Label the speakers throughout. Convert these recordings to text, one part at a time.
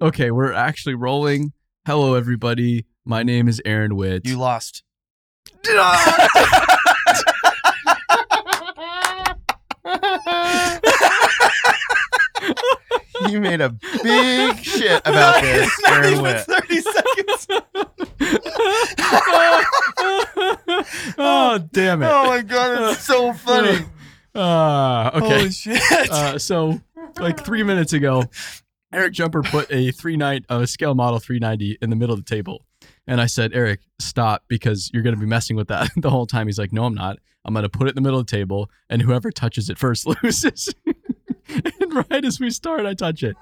Speaker 1: Okay, we're actually rolling. Hello, everybody. My name is Aaron Witt.
Speaker 2: You lost.
Speaker 3: you made a big shit about this,
Speaker 2: Not
Speaker 3: Aaron
Speaker 2: even
Speaker 3: Witt.
Speaker 2: 30 seconds.
Speaker 1: oh, damn it.
Speaker 3: Oh my god, it's so funny.
Speaker 1: Uh, okay.
Speaker 2: Holy shit.
Speaker 1: Uh, so, like three minutes ago, Eric Jumper put a three nine a scale model 390 in the middle of the table. And I said, Eric, stop because you're going to be messing with that the whole time. He's like, No, I'm not. I'm going to put it in the middle of the table, and whoever touches it first loses. and right as we start, I touch it.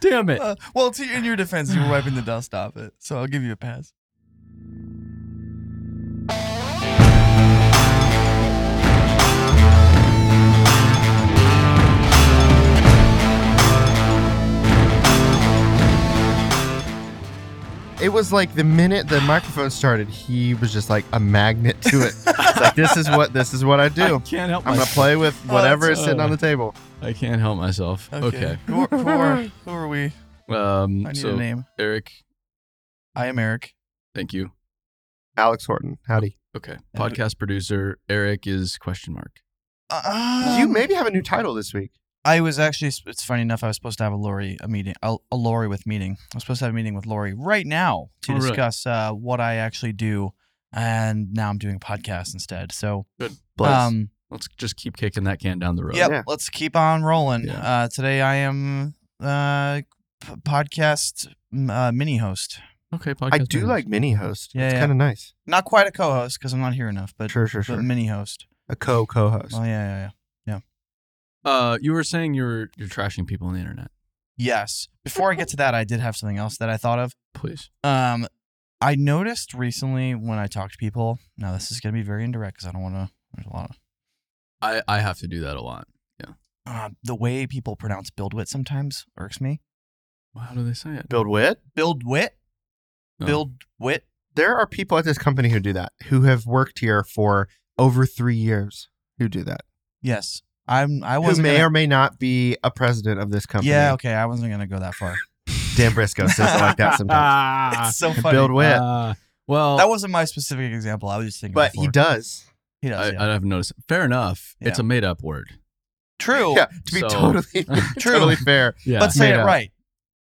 Speaker 1: Damn it.
Speaker 2: Uh, well, to, in your defense, you were wiping the dust off it, so I'll give you a pass.
Speaker 3: It was like the minute the microphone started, he was just like a magnet to it. It's like this is what this is what I
Speaker 1: I
Speaker 3: do.
Speaker 1: can't help
Speaker 3: I'm gonna
Speaker 1: myself.
Speaker 3: play with
Speaker 2: Oh,
Speaker 3: whatever
Speaker 1: that's-
Speaker 3: is sitting on the table.
Speaker 1: I can't help myself. Okay.
Speaker 2: Who, are, who, are, who are we?
Speaker 1: Um,
Speaker 2: I need
Speaker 1: so,
Speaker 2: a name.
Speaker 1: Eric,
Speaker 2: I am Eric.
Speaker 1: thank you.
Speaker 3: Alex Horton, howdy.
Speaker 1: Okay.
Speaker 2: And-
Speaker 1: Podcast producer Eric is question mark.
Speaker 2: Um,
Speaker 3: you maybe have a new title this week.
Speaker 2: I was actually. It's funny enough. I was supposed to have a Lori a meeting. A, a Lori with meeting. I was supposed to have a meeting with Lori right now to
Speaker 1: Oh, really?
Speaker 2: discuss uh, what I actually do, and now I'm doing a podcast instead. So,
Speaker 3: Bless.
Speaker 2: um,
Speaker 1: Let's just keep kicking that can down the road.
Speaker 2: yep,
Speaker 3: Yeah.
Speaker 2: let's keep on rolling.
Speaker 1: Yeah.
Speaker 2: Uh, today I am uh, p- podcast mm, uh, mini host.
Speaker 1: Okay. Podcast
Speaker 3: I do
Speaker 1: producer.
Speaker 3: like mini host.
Speaker 2: Yeah,
Speaker 3: it's
Speaker 2: yeah.
Speaker 3: kind of nice.
Speaker 2: Not quite a co-host because I'm not here enough, but,
Speaker 3: Sure, sure,
Speaker 2: but
Speaker 3: sure.
Speaker 2: mini host.
Speaker 3: A co co host.
Speaker 2: Oh yeah, yeah, yeah.
Speaker 1: Uh, you were saying you're you're trashing people on the internet.
Speaker 2: Yes. Before I get to that, I did have something else that I thought of.
Speaker 1: Please.
Speaker 2: Um, I noticed recently when I talk to people. Now this is gonna be very indirect because I don't want to. There's a lot of
Speaker 1: I I have to do that a lot.
Speaker 2: uh, the way people pronounce "buildwit" sometimes irks me.
Speaker 1: Well, how do they say it?
Speaker 3: Build wit.
Speaker 2: Buildwit,
Speaker 1: No.
Speaker 2: buildwit.
Speaker 3: There are people at this company who do that, who have worked here for over three years, who do that.
Speaker 2: Yes, I'm. I
Speaker 3: who
Speaker 2: wasn't.
Speaker 3: may
Speaker 2: gonna-
Speaker 3: or may not be a president of this company.
Speaker 2: yeah. Okay. I wasn't gonna go that far.
Speaker 3: Dan Briscoe says it like that sometimes.
Speaker 2: it's so funny.
Speaker 3: Ah, Build wit.
Speaker 1: Ah, well,
Speaker 2: That wasn't my specific example. I was just thinking.
Speaker 3: but
Speaker 2: before.
Speaker 3: he does.
Speaker 2: He does.
Speaker 1: I,
Speaker 2: yeah.
Speaker 1: I haven't noticed. Fair enough. It's
Speaker 2: Yeah.
Speaker 1: a made up word.
Speaker 2: True.
Speaker 3: Yeah, to be
Speaker 1: So-
Speaker 3: totally
Speaker 2: True.
Speaker 3: totally fair.
Speaker 1: Yeah.
Speaker 2: But say
Speaker 3: Made
Speaker 2: it
Speaker 3: up.
Speaker 2: right.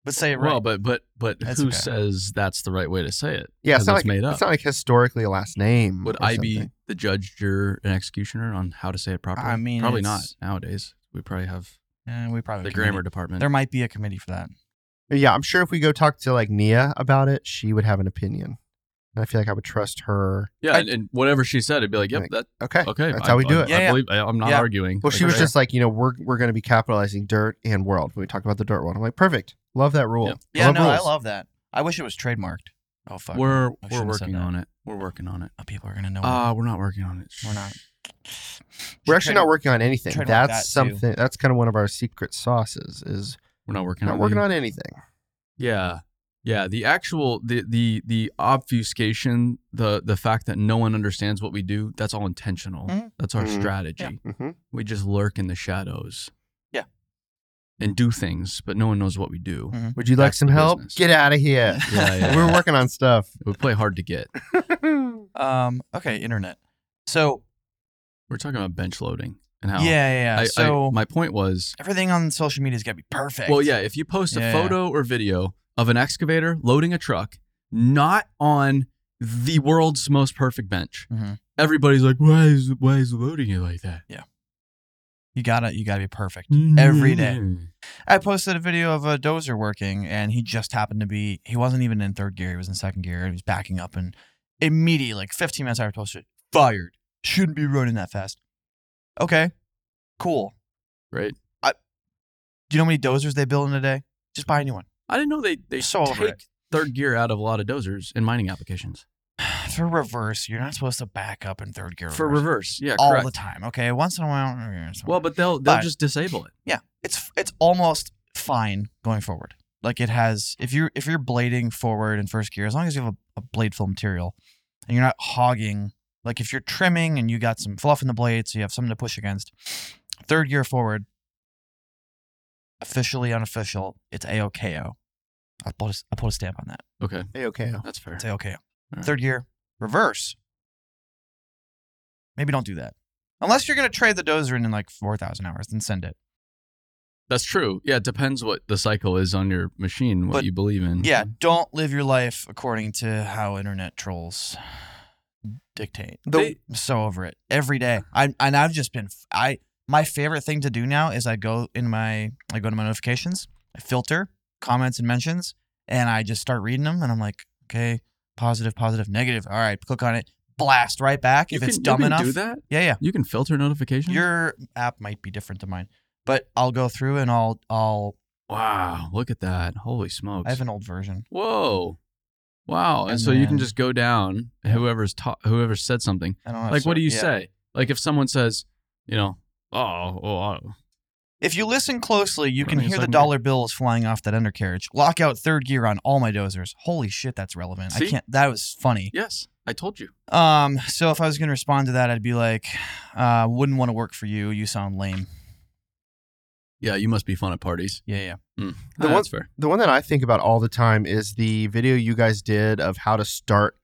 Speaker 2: But say it right.
Speaker 1: well, but but but
Speaker 2: That's
Speaker 1: who
Speaker 2: okay.
Speaker 1: says that's the right way to say it?
Speaker 3: Yeah, it's
Speaker 1: Because
Speaker 3: not
Speaker 1: it's
Speaker 3: like
Speaker 1: made up.
Speaker 3: it's not like historically a last name.
Speaker 1: Would
Speaker 3: or
Speaker 1: I be
Speaker 3: something.
Speaker 1: the judge, juror, and executioner on how to say it properly?
Speaker 2: I mean,
Speaker 1: probably not
Speaker 2: it's-
Speaker 1: nowadays. We probably have
Speaker 2: Eh, we probably
Speaker 1: the
Speaker 2: committed-
Speaker 1: grammar department.
Speaker 2: There might be a committee for that.
Speaker 3: Yeah, I'm sure if we go talk to like Nia about it, she would have an opinion. And I feel like I would trust her.
Speaker 1: yeah,
Speaker 2: I-
Speaker 1: and, and whatever she said, it'd be like, yep,
Speaker 3: Like,
Speaker 1: that
Speaker 3: Okay.
Speaker 1: okay.
Speaker 3: That's
Speaker 1: I-
Speaker 3: how we do
Speaker 1: I-
Speaker 3: it.
Speaker 1: I
Speaker 2: Yeah, yeah.
Speaker 1: believe I, am not
Speaker 2: Yeah.
Speaker 1: arguing.
Speaker 3: Well, she was
Speaker 1: okay.
Speaker 3: just like, you know, we're we're going to be capitalizing dirt and world when we talk about the dirt world. I'm like, perfect. Love that rule.
Speaker 1: Yeah.
Speaker 2: Yeah, no, I
Speaker 3: rules.
Speaker 2: love that. I wish it was trademarked. Oh fuck.
Speaker 1: we're
Speaker 2: I
Speaker 1: we're
Speaker 2: shouldn't have said
Speaker 1: working
Speaker 2: that.
Speaker 1: on it. We're working on it.
Speaker 2: Oh, people are gonna know.
Speaker 1: Ah, we're not working on it.
Speaker 2: we're not.
Speaker 3: We're actually not working on anything.
Speaker 2: trademark
Speaker 3: That's
Speaker 2: that, too.
Speaker 3: something. That's kind of one of our secret sauces. Is
Speaker 1: We're not working
Speaker 3: not
Speaker 1: on.
Speaker 3: working
Speaker 1: the-
Speaker 3: on anything.
Speaker 1: Yeah, yeah. The actual the the the obfuscation, the the fact that no one understands what we do. That's all intentional.
Speaker 2: Mhm.
Speaker 1: That's our
Speaker 3: Mhm.
Speaker 1: strategy.
Speaker 3: Mm-hmm.
Speaker 1: We just lurk in the shadows.
Speaker 2: Yeah.
Speaker 1: And do things, but no one knows what we do.
Speaker 2: Mhm.
Speaker 3: Would you like
Speaker 1: That's
Speaker 3: some
Speaker 1: the
Speaker 3: help?
Speaker 1: business.
Speaker 3: Get out of here.
Speaker 1: Yeah, yeah.
Speaker 3: We're working on stuff.
Speaker 1: We play hard to get.
Speaker 2: Um. Okay. Internet. So
Speaker 1: We're talking about bench loading and how.
Speaker 2: yeah, yeah. yeah.
Speaker 1: I- I-
Speaker 2: so
Speaker 1: my point was
Speaker 2: everything on social media's gotta be perfect.
Speaker 1: Well, yeah, if you post a
Speaker 2: Yeah, yeah.
Speaker 1: photo or video of an excavator loading a truck, not on the world's most perfect bench,
Speaker 2: Mhm.
Speaker 1: everybody's like, "Why is why is loading it like that?"
Speaker 2: You gotta. You gotta be perfect.
Speaker 1: Mm-hmm.
Speaker 2: Every day. I posted a video of a dozer working, and he just happened to be. He wasn't even in third gear. He was in second gear. and He was backing up, and immediately, like 15 minutes after I posted, fired. Shouldn't be running that fast. Okay. Cool.
Speaker 1: Right.
Speaker 2: Do you know how many dozers they build in a day? Just buy a new one.
Speaker 1: I didn't know they they
Speaker 2: So over
Speaker 1: take
Speaker 2: it.
Speaker 1: third gear out of a lot of dozers in mining applications
Speaker 2: For reverse, you're not supposed to back up in third gear.
Speaker 1: for reverse. Yeah,
Speaker 2: all
Speaker 1: correct.
Speaker 2: the time. Okay, once in a while. eh, it's
Speaker 1: Well,
Speaker 2: fine.
Speaker 1: but they'll they'll
Speaker 2: But-
Speaker 1: just disable it.
Speaker 2: it's it's almost fine going forward. Like it has, if you are if you're blading forward in first gear, as long as you have a, a blade full material, and you're not hogging. Like if you're trimming and you got some fluff in the blade, so you have something to push against. Third gear forward, officially unofficial, it's AOKO. I put a, I put a stamp on that.
Speaker 1: Okay,
Speaker 3: Hey, okay.
Speaker 1: that's fair.
Speaker 2: I'd say okay.
Speaker 1: right.
Speaker 2: Third gear, reverse. Maybe don't do that unless you're gonna trade the dozer in in like four thousand hours. Then send it.
Speaker 1: That's true. Yeah, it depends what the cycle is on your machine, what
Speaker 2: But-
Speaker 1: you believe in.
Speaker 2: Yeah, don't live your life according to how internet trolls dictate.
Speaker 3: The-
Speaker 1: They-
Speaker 2: I'm so over it every day. I and I've just been I my favorite thing to do now is I go in my I go to my notifications, I filter comments and mentions, and I just start reading them, and I'm like, okay, positive, positive, negative. All right, click on it, blast right back
Speaker 1: You
Speaker 2: if
Speaker 1: can,
Speaker 2: it's
Speaker 1: you
Speaker 2: dumb
Speaker 1: can
Speaker 2: enough.
Speaker 1: do that.
Speaker 2: Yeah, yeah.
Speaker 1: You can filter notifications.
Speaker 2: Your app might be different than mine, but I'll go through and I'll I'll
Speaker 1: wow, look at that! Holy smokes!
Speaker 2: I have an old version.
Speaker 1: Whoa, wow! And,
Speaker 2: And
Speaker 1: so you can
Speaker 2: then-
Speaker 1: just go down whoever's ta- whoever said something.
Speaker 2: I don't
Speaker 3: Oh,
Speaker 2: know.
Speaker 1: like, what do you
Speaker 2: yeah.
Speaker 1: say? Like, if someone says, you know, oh, oh, oh,"
Speaker 2: If you listen closely, you
Speaker 1: I
Speaker 2: can
Speaker 1: mean, it's
Speaker 2: hear the
Speaker 1: like-
Speaker 2: dollar bills flying off that undercarriage. Lock out third gear on all my dozers. Holy shit, that's relevant.
Speaker 1: See?
Speaker 2: I can't. That was funny.
Speaker 1: yes, I told you.
Speaker 2: Um, so if I was gonna respond to that, I'd be like, uh, "Wouldn't want to work for you. You sound lame."
Speaker 1: Yeah, you must be fun at parties.
Speaker 2: Yeah, yeah.
Speaker 3: The
Speaker 1: Ah,
Speaker 3: one-
Speaker 1: that's fair.
Speaker 3: The one that I think about all the time is the video you guys did of how to start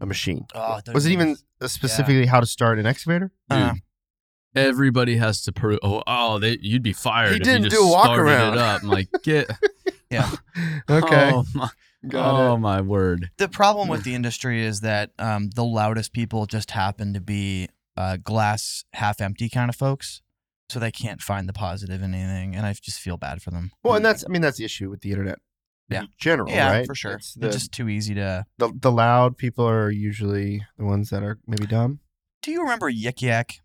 Speaker 3: a machine.
Speaker 2: Oh, that
Speaker 3: was it
Speaker 2: was-
Speaker 3: even uh, specifically how to start an excavator?
Speaker 1: Dude,
Speaker 2: Uh,
Speaker 1: everybody has to prove. Oh, oh, they, you'd be fired.
Speaker 3: He
Speaker 1: if
Speaker 3: didn't
Speaker 1: you just
Speaker 3: do a walk
Speaker 1: started
Speaker 3: around.
Speaker 1: It up. I'm like, get.
Speaker 3: Okay.
Speaker 1: Oh my,
Speaker 3: Got
Speaker 2: um,
Speaker 1: oh
Speaker 3: it.
Speaker 1: my word.
Speaker 2: the problem with the industry is that um, the loudest people just happen to be uh, glass half empty kind of folks, so they can't find the positive in anything, and I just feel bad for them.
Speaker 3: Well, and that's I mean that's the issue with the internet.
Speaker 2: Yeah.
Speaker 3: In general,
Speaker 2: yeah,
Speaker 3: right?
Speaker 2: for sure.
Speaker 3: It's
Speaker 2: They're
Speaker 3: the,
Speaker 2: just too easy to.
Speaker 3: the the loud people are usually the ones that are maybe dumb.
Speaker 2: Do you remember Yik Yak?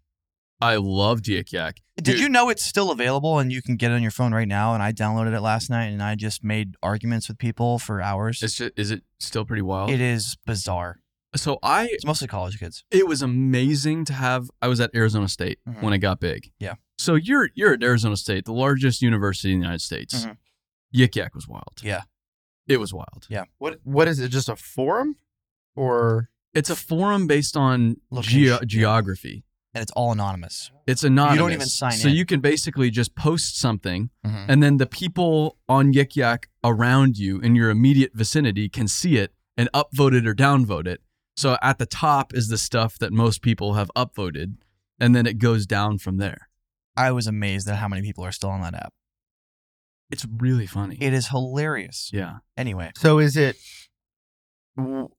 Speaker 1: I loved Yak Yak.
Speaker 2: Did
Speaker 1: Dude.
Speaker 2: you know it's still available and you can get it on your phone right now? And I downloaded it last night and I just made arguments with people for hours.
Speaker 1: It's just, is it still pretty wild?
Speaker 2: it is bizarre.
Speaker 1: so I
Speaker 2: It's mostly college kids.
Speaker 1: it was amazing to have I was at Arizona State
Speaker 2: Mhm.
Speaker 1: when it got big.
Speaker 2: Yeah.
Speaker 1: So you're you're at Arizona State, the largest university in the United States.
Speaker 2: Mhm.
Speaker 1: Yik Yak was wild.
Speaker 2: Yeah.
Speaker 1: It was wild.
Speaker 2: Yeah.
Speaker 3: What what is it? Just a forum? Or
Speaker 1: It's a forum based on
Speaker 2: Location.
Speaker 1: geo geography.
Speaker 2: And it's all anonymous.
Speaker 1: It's anonymous.
Speaker 2: even sign
Speaker 1: So
Speaker 2: in.
Speaker 1: you can basically just post something
Speaker 2: Mhm.
Speaker 1: and then the people on Yik Yak around you in your immediate vicinity can see it and upvote it or downvote it. So at the top is the stuff that most people have upvoted, and then it goes down from there.
Speaker 2: I was amazed at how many people are still on that app.
Speaker 1: It's really funny.
Speaker 2: It is hilarious.
Speaker 1: yeah.
Speaker 2: Anyway,
Speaker 3: so is it w-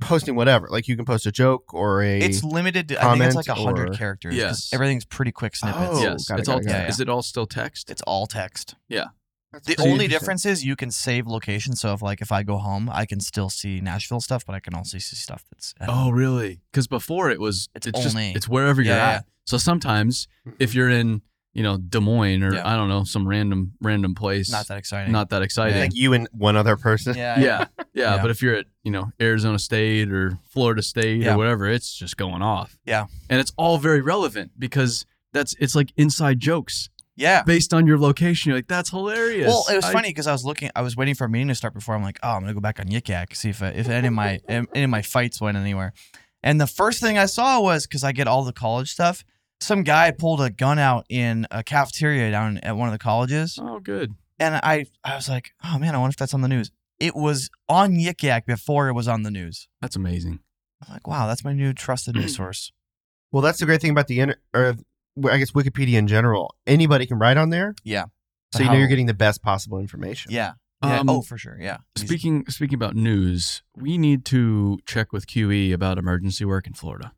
Speaker 3: posting whatever? Like you can post a joke or a
Speaker 2: it's limited to, I think it's like
Speaker 3: Comment
Speaker 2: 100
Speaker 3: or-
Speaker 2: characters. 'cause
Speaker 1: Yes.
Speaker 2: Everything's pretty quick snippets.
Speaker 3: Oh,
Speaker 1: yes.
Speaker 3: got it,
Speaker 1: it's
Speaker 3: got
Speaker 1: all.
Speaker 3: it, got
Speaker 2: it.
Speaker 1: Is it all still text?
Speaker 2: It's all text.
Speaker 3: That's
Speaker 2: The
Speaker 3: pretty
Speaker 2: only
Speaker 3: interesting.
Speaker 2: difference is you can save location. So if like if I go home, I can still see Nashville stuff, but I can also see stuff that's uh, at
Speaker 1: oh, really? Because before it was. It's,
Speaker 2: It's
Speaker 1: just.
Speaker 2: only-
Speaker 1: It's wherever you're
Speaker 2: Yeah,
Speaker 1: at. So sometimes if you're in, you know, Des Moines or
Speaker 2: Yeah.
Speaker 1: I don't know some random random place,
Speaker 2: not that exciting.
Speaker 1: not that exciting.
Speaker 2: Yeah.
Speaker 3: like you and one other person.
Speaker 2: yeah, yeah.
Speaker 1: yeah, yeah,
Speaker 2: Yeah.
Speaker 1: But if you're at you know Arizona State or Florida State
Speaker 2: Yeah.
Speaker 1: or whatever, it's just going off.
Speaker 2: Yeah.
Speaker 1: and it's all very relevant because that's it's like inside jokes
Speaker 2: yeah.
Speaker 1: based on your location. You're like, that's hilarious.
Speaker 2: Well, it was
Speaker 1: I-
Speaker 2: funny because I was looking, I was waiting for a meeting to start before I'm like, oh, I'm gonna go back on Yik Yak, see if if any of my any of my fights went anywhere. And the first thing I saw was because I get all the college stuff. Some guy pulled a gun out in a cafeteria down at one of the colleges,
Speaker 1: Oh, good.
Speaker 2: and I I was like, oh man, I wonder if that's on the news. It was on Yik Yak before it was on the news.
Speaker 1: That's amazing.
Speaker 2: I'm like, wow, that's my new trusted
Speaker 1: Mm.
Speaker 2: news source.
Speaker 3: Well, that's the great thing about the inter- or well, I guess Wikipedia in general. Anybody can write on there.
Speaker 2: Yeah.
Speaker 3: So you know you're
Speaker 2: How-
Speaker 3: getting the best possible information.
Speaker 2: Yeah. yeah.
Speaker 1: Um,
Speaker 2: oh, for sure. Yeah. Easy.
Speaker 1: Speaking speaking about news, we need to check with QE about emergency work in Florida.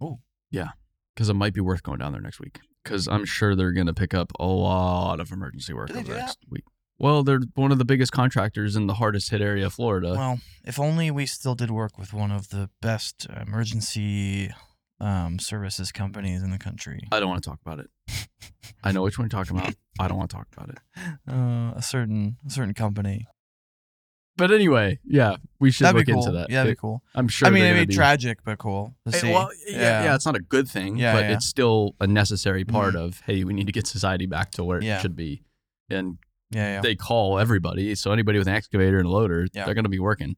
Speaker 2: Oh.
Speaker 1: yeah, because it might be worth going down there next week. Because I'm sure they're going to pick up a lot of emergency work
Speaker 2: Do they
Speaker 1: over
Speaker 2: do
Speaker 1: the
Speaker 2: that?
Speaker 1: next week. Well, they're one of the biggest contractors in the hardest hit area of Florida.
Speaker 2: Well, if only we still did work with one of the best emergency um, services companies in the country.
Speaker 1: I don't want to talk about it. I know which one you're talking about. I don't want to talk about it.
Speaker 2: Uh, a certain a certain company.
Speaker 1: But anyway, yeah, we should
Speaker 2: That'd
Speaker 1: look
Speaker 2: be cool.
Speaker 1: into that.
Speaker 2: Yeah, that'd
Speaker 1: It-
Speaker 2: be cool.
Speaker 1: I'm sure.
Speaker 2: I mean,
Speaker 1: they're
Speaker 2: it'd
Speaker 1: gonna
Speaker 2: be
Speaker 1: be
Speaker 2: tragic, but cool. To
Speaker 1: Hey,
Speaker 2: see.
Speaker 1: well, yeah, yeah, it's not a good thing,
Speaker 2: Yeah,
Speaker 1: but
Speaker 2: yeah. Mm-hmm.
Speaker 1: it's still a necessary part of hey, we need to get society back to where
Speaker 2: Yeah.
Speaker 1: it should be. And
Speaker 2: yeah, yeah,
Speaker 1: they call everybody, so anybody with an excavator and a loader,
Speaker 2: Yeah.
Speaker 1: they're going to be working.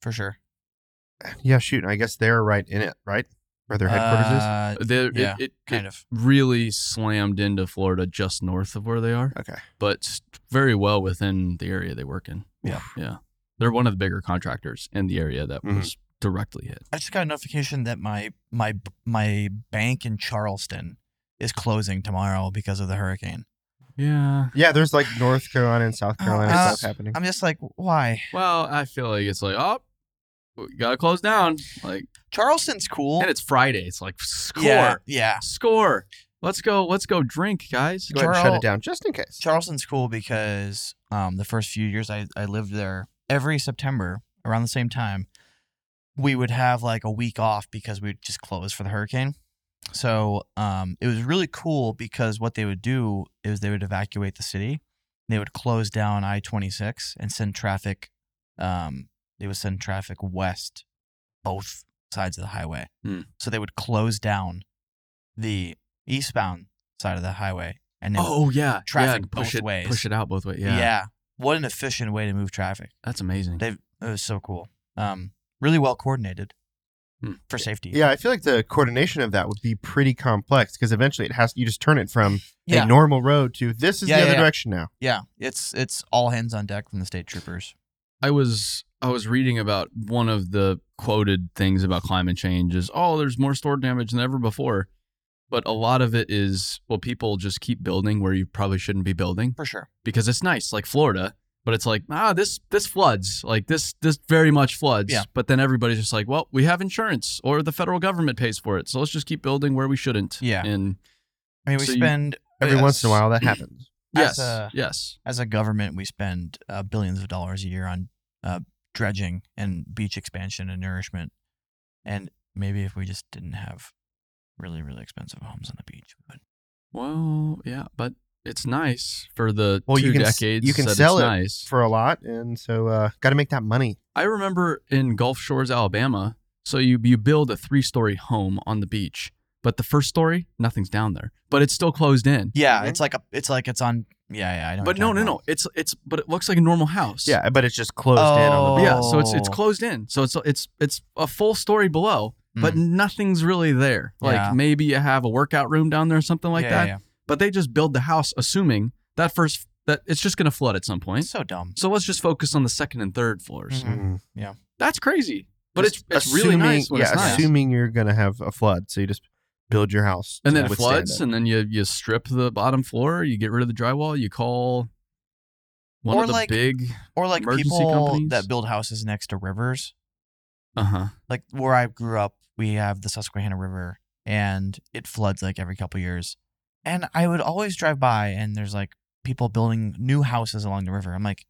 Speaker 2: for sure.
Speaker 3: Yeah. Shoot. I guess they're right in it. Right. where their headquarters is?
Speaker 2: Uh,
Speaker 1: There,
Speaker 2: yeah,
Speaker 1: it, it,
Speaker 2: kind
Speaker 1: it
Speaker 2: of.
Speaker 1: really slammed into Florida just north of where they are,
Speaker 3: Okay.
Speaker 1: but s- very well within the area they work in.
Speaker 2: Yeah. Mm-hmm.
Speaker 1: Yeah. They're one of the bigger contractors in the area that
Speaker 3: Mhm.
Speaker 1: was directly hit.
Speaker 2: I just got a notification that my my my bank in Charleston is closing tomorrow because of the hurricane.
Speaker 1: Yeah.
Speaker 3: Yeah, there's like North Carolina and South Carolina
Speaker 2: Uh,
Speaker 3: stuff happening.
Speaker 2: I'm just like, why?
Speaker 1: Well, I feel like it's like, oh, we gotta close down. Like,
Speaker 2: Charleston's cool.
Speaker 1: and it's Friday. It's like score,
Speaker 2: Yeah, yeah.
Speaker 1: score. Let's go. Let's go drink, guys.
Speaker 3: Go ahead and shut
Speaker 2: Charl-
Speaker 3: it down just in case.
Speaker 2: Charleston's cool because um, the first few years I, I lived there, every September around the same time, we would have like a week off because we'd just close for the hurricane. So um, it was really cool because what they would do is they would evacuate the city. They would close down I 26 and send traffic. Um, they would send traffic west, both sides of the highway.
Speaker 1: Hmm.
Speaker 2: So they would close down the eastbound side of the highway and they would
Speaker 1: Oh yeah,
Speaker 2: Traffic
Speaker 1: yeah, push
Speaker 2: both
Speaker 1: it,
Speaker 2: ways.
Speaker 1: Push it out both ways.
Speaker 2: yeah.
Speaker 1: Yeah,
Speaker 2: What an efficient way to move traffic.
Speaker 1: that's amazing.
Speaker 2: They it was so cool. Um, really well coordinated
Speaker 1: Hmm.
Speaker 2: for safety.
Speaker 3: Yeah, I feel like the coordination of that would be pretty complex because eventually it has you just turn it from
Speaker 2: Yeah.
Speaker 3: a normal road to this is
Speaker 2: Yeah,
Speaker 3: the other
Speaker 2: yeah, yeah.
Speaker 3: direction now.
Speaker 2: Yeah. It's it's all hands on deck from the state troopers.
Speaker 1: I was I was reading about one of the quoted things about climate change is oh there's more storm damage than ever before, but a lot of it is well people just keep building where you probably shouldn't be building
Speaker 2: For sure.
Speaker 1: because it's nice like Florida, but it's like ah this this floods like this this very much floods.
Speaker 2: Yeah.
Speaker 1: But then everybody's just like well we have insurance or the federal government pays for it so let's just keep building where we shouldn't.
Speaker 2: Yeah.
Speaker 1: And
Speaker 2: I mean we
Speaker 1: So you-
Speaker 2: spend
Speaker 3: Every
Speaker 2: uh,
Speaker 3: once in a while that happens.
Speaker 2: As
Speaker 1: yes
Speaker 2: a-
Speaker 1: yes
Speaker 2: as a government we spend uh, billions of dollars a year on uh, dredging and beach expansion and nourishment. And maybe if we just didn't have really, really expensive homes on the beach. But
Speaker 1: well yeah but. It's nice for the
Speaker 3: Well,
Speaker 1: two
Speaker 3: you can s-
Speaker 1: decades.
Speaker 3: you can
Speaker 1: that it's
Speaker 3: sell it
Speaker 1: nice.
Speaker 3: For a lot, and so uh gotta make that money.
Speaker 1: I remember in Gulf Shores, Alabama. So you you build a three story home on the beach, but the first story, nothing's down there, but it's still closed in.
Speaker 2: yeah,
Speaker 3: Mhm.
Speaker 2: it's like a it's like it's on yeah, yeah, I know. what
Speaker 1: But
Speaker 2: you're
Speaker 1: no, no,
Speaker 2: talking
Speaker 1: no.
Speaker 2: about.
Speaker 1: It's it's but it looks like a normal house.
Speaker 3: Yeah, but it's just closed in on
Speaker 2: Oh.
Speaker 3: the
Speaker 1: Yeah. So it's it's
Speaker 2: Oh.
Speaker 1: closed in. So it's it's it's a full story below, but
Speaker 2: Mm.
Speaker 1: nothing's really there. Like
Speaker 2: Yeah.
Speaker 1: maybe you have a workout room down there or something like
Speaker 2: Yeah,
Speaker 1: that.
Speaker 2: yeah, yeah.
Speaker 1: But they just build the house assuming that first that it's just gonna flood at some point.
Speaker 2: It's so dumb.
Speaker 1: So let's just focus on the second and third floors.
Speaker 2: Mhm.
Speaker 1: That's crazy. But
Speaker 3: Just
Speaker 1: it's it's really nice when
Speaker 3: yeah,
Speaker 1: it's nice.
Speaker 3: assuming you're gonna have a flood, so you just build your house
Speaker 1: and
Speaker 3: to
Speaker 1: then it
Speaker 3: withstand
Speaker 1: floods,
Speaker 3: it.
Speaker 1: and then you you strip the bottom floor, you get rid of the drywall, you call one
Speaker 2: Or
Speaker 1: of the
Speaker 2: like-
Speaker 1: big,
Speaker 2: or like
Speaker 1: emergency
Speaker 2: people
Speaker 1: companies?
Speaker 2: that build houses next to rivers.
Speaker 1: uh huh,
Speaker 2: Like where I grew up, we have the Susquehanna River, and it floods like every couple years. And I would always drive by, and there's like people building new houses along the river. I'm like,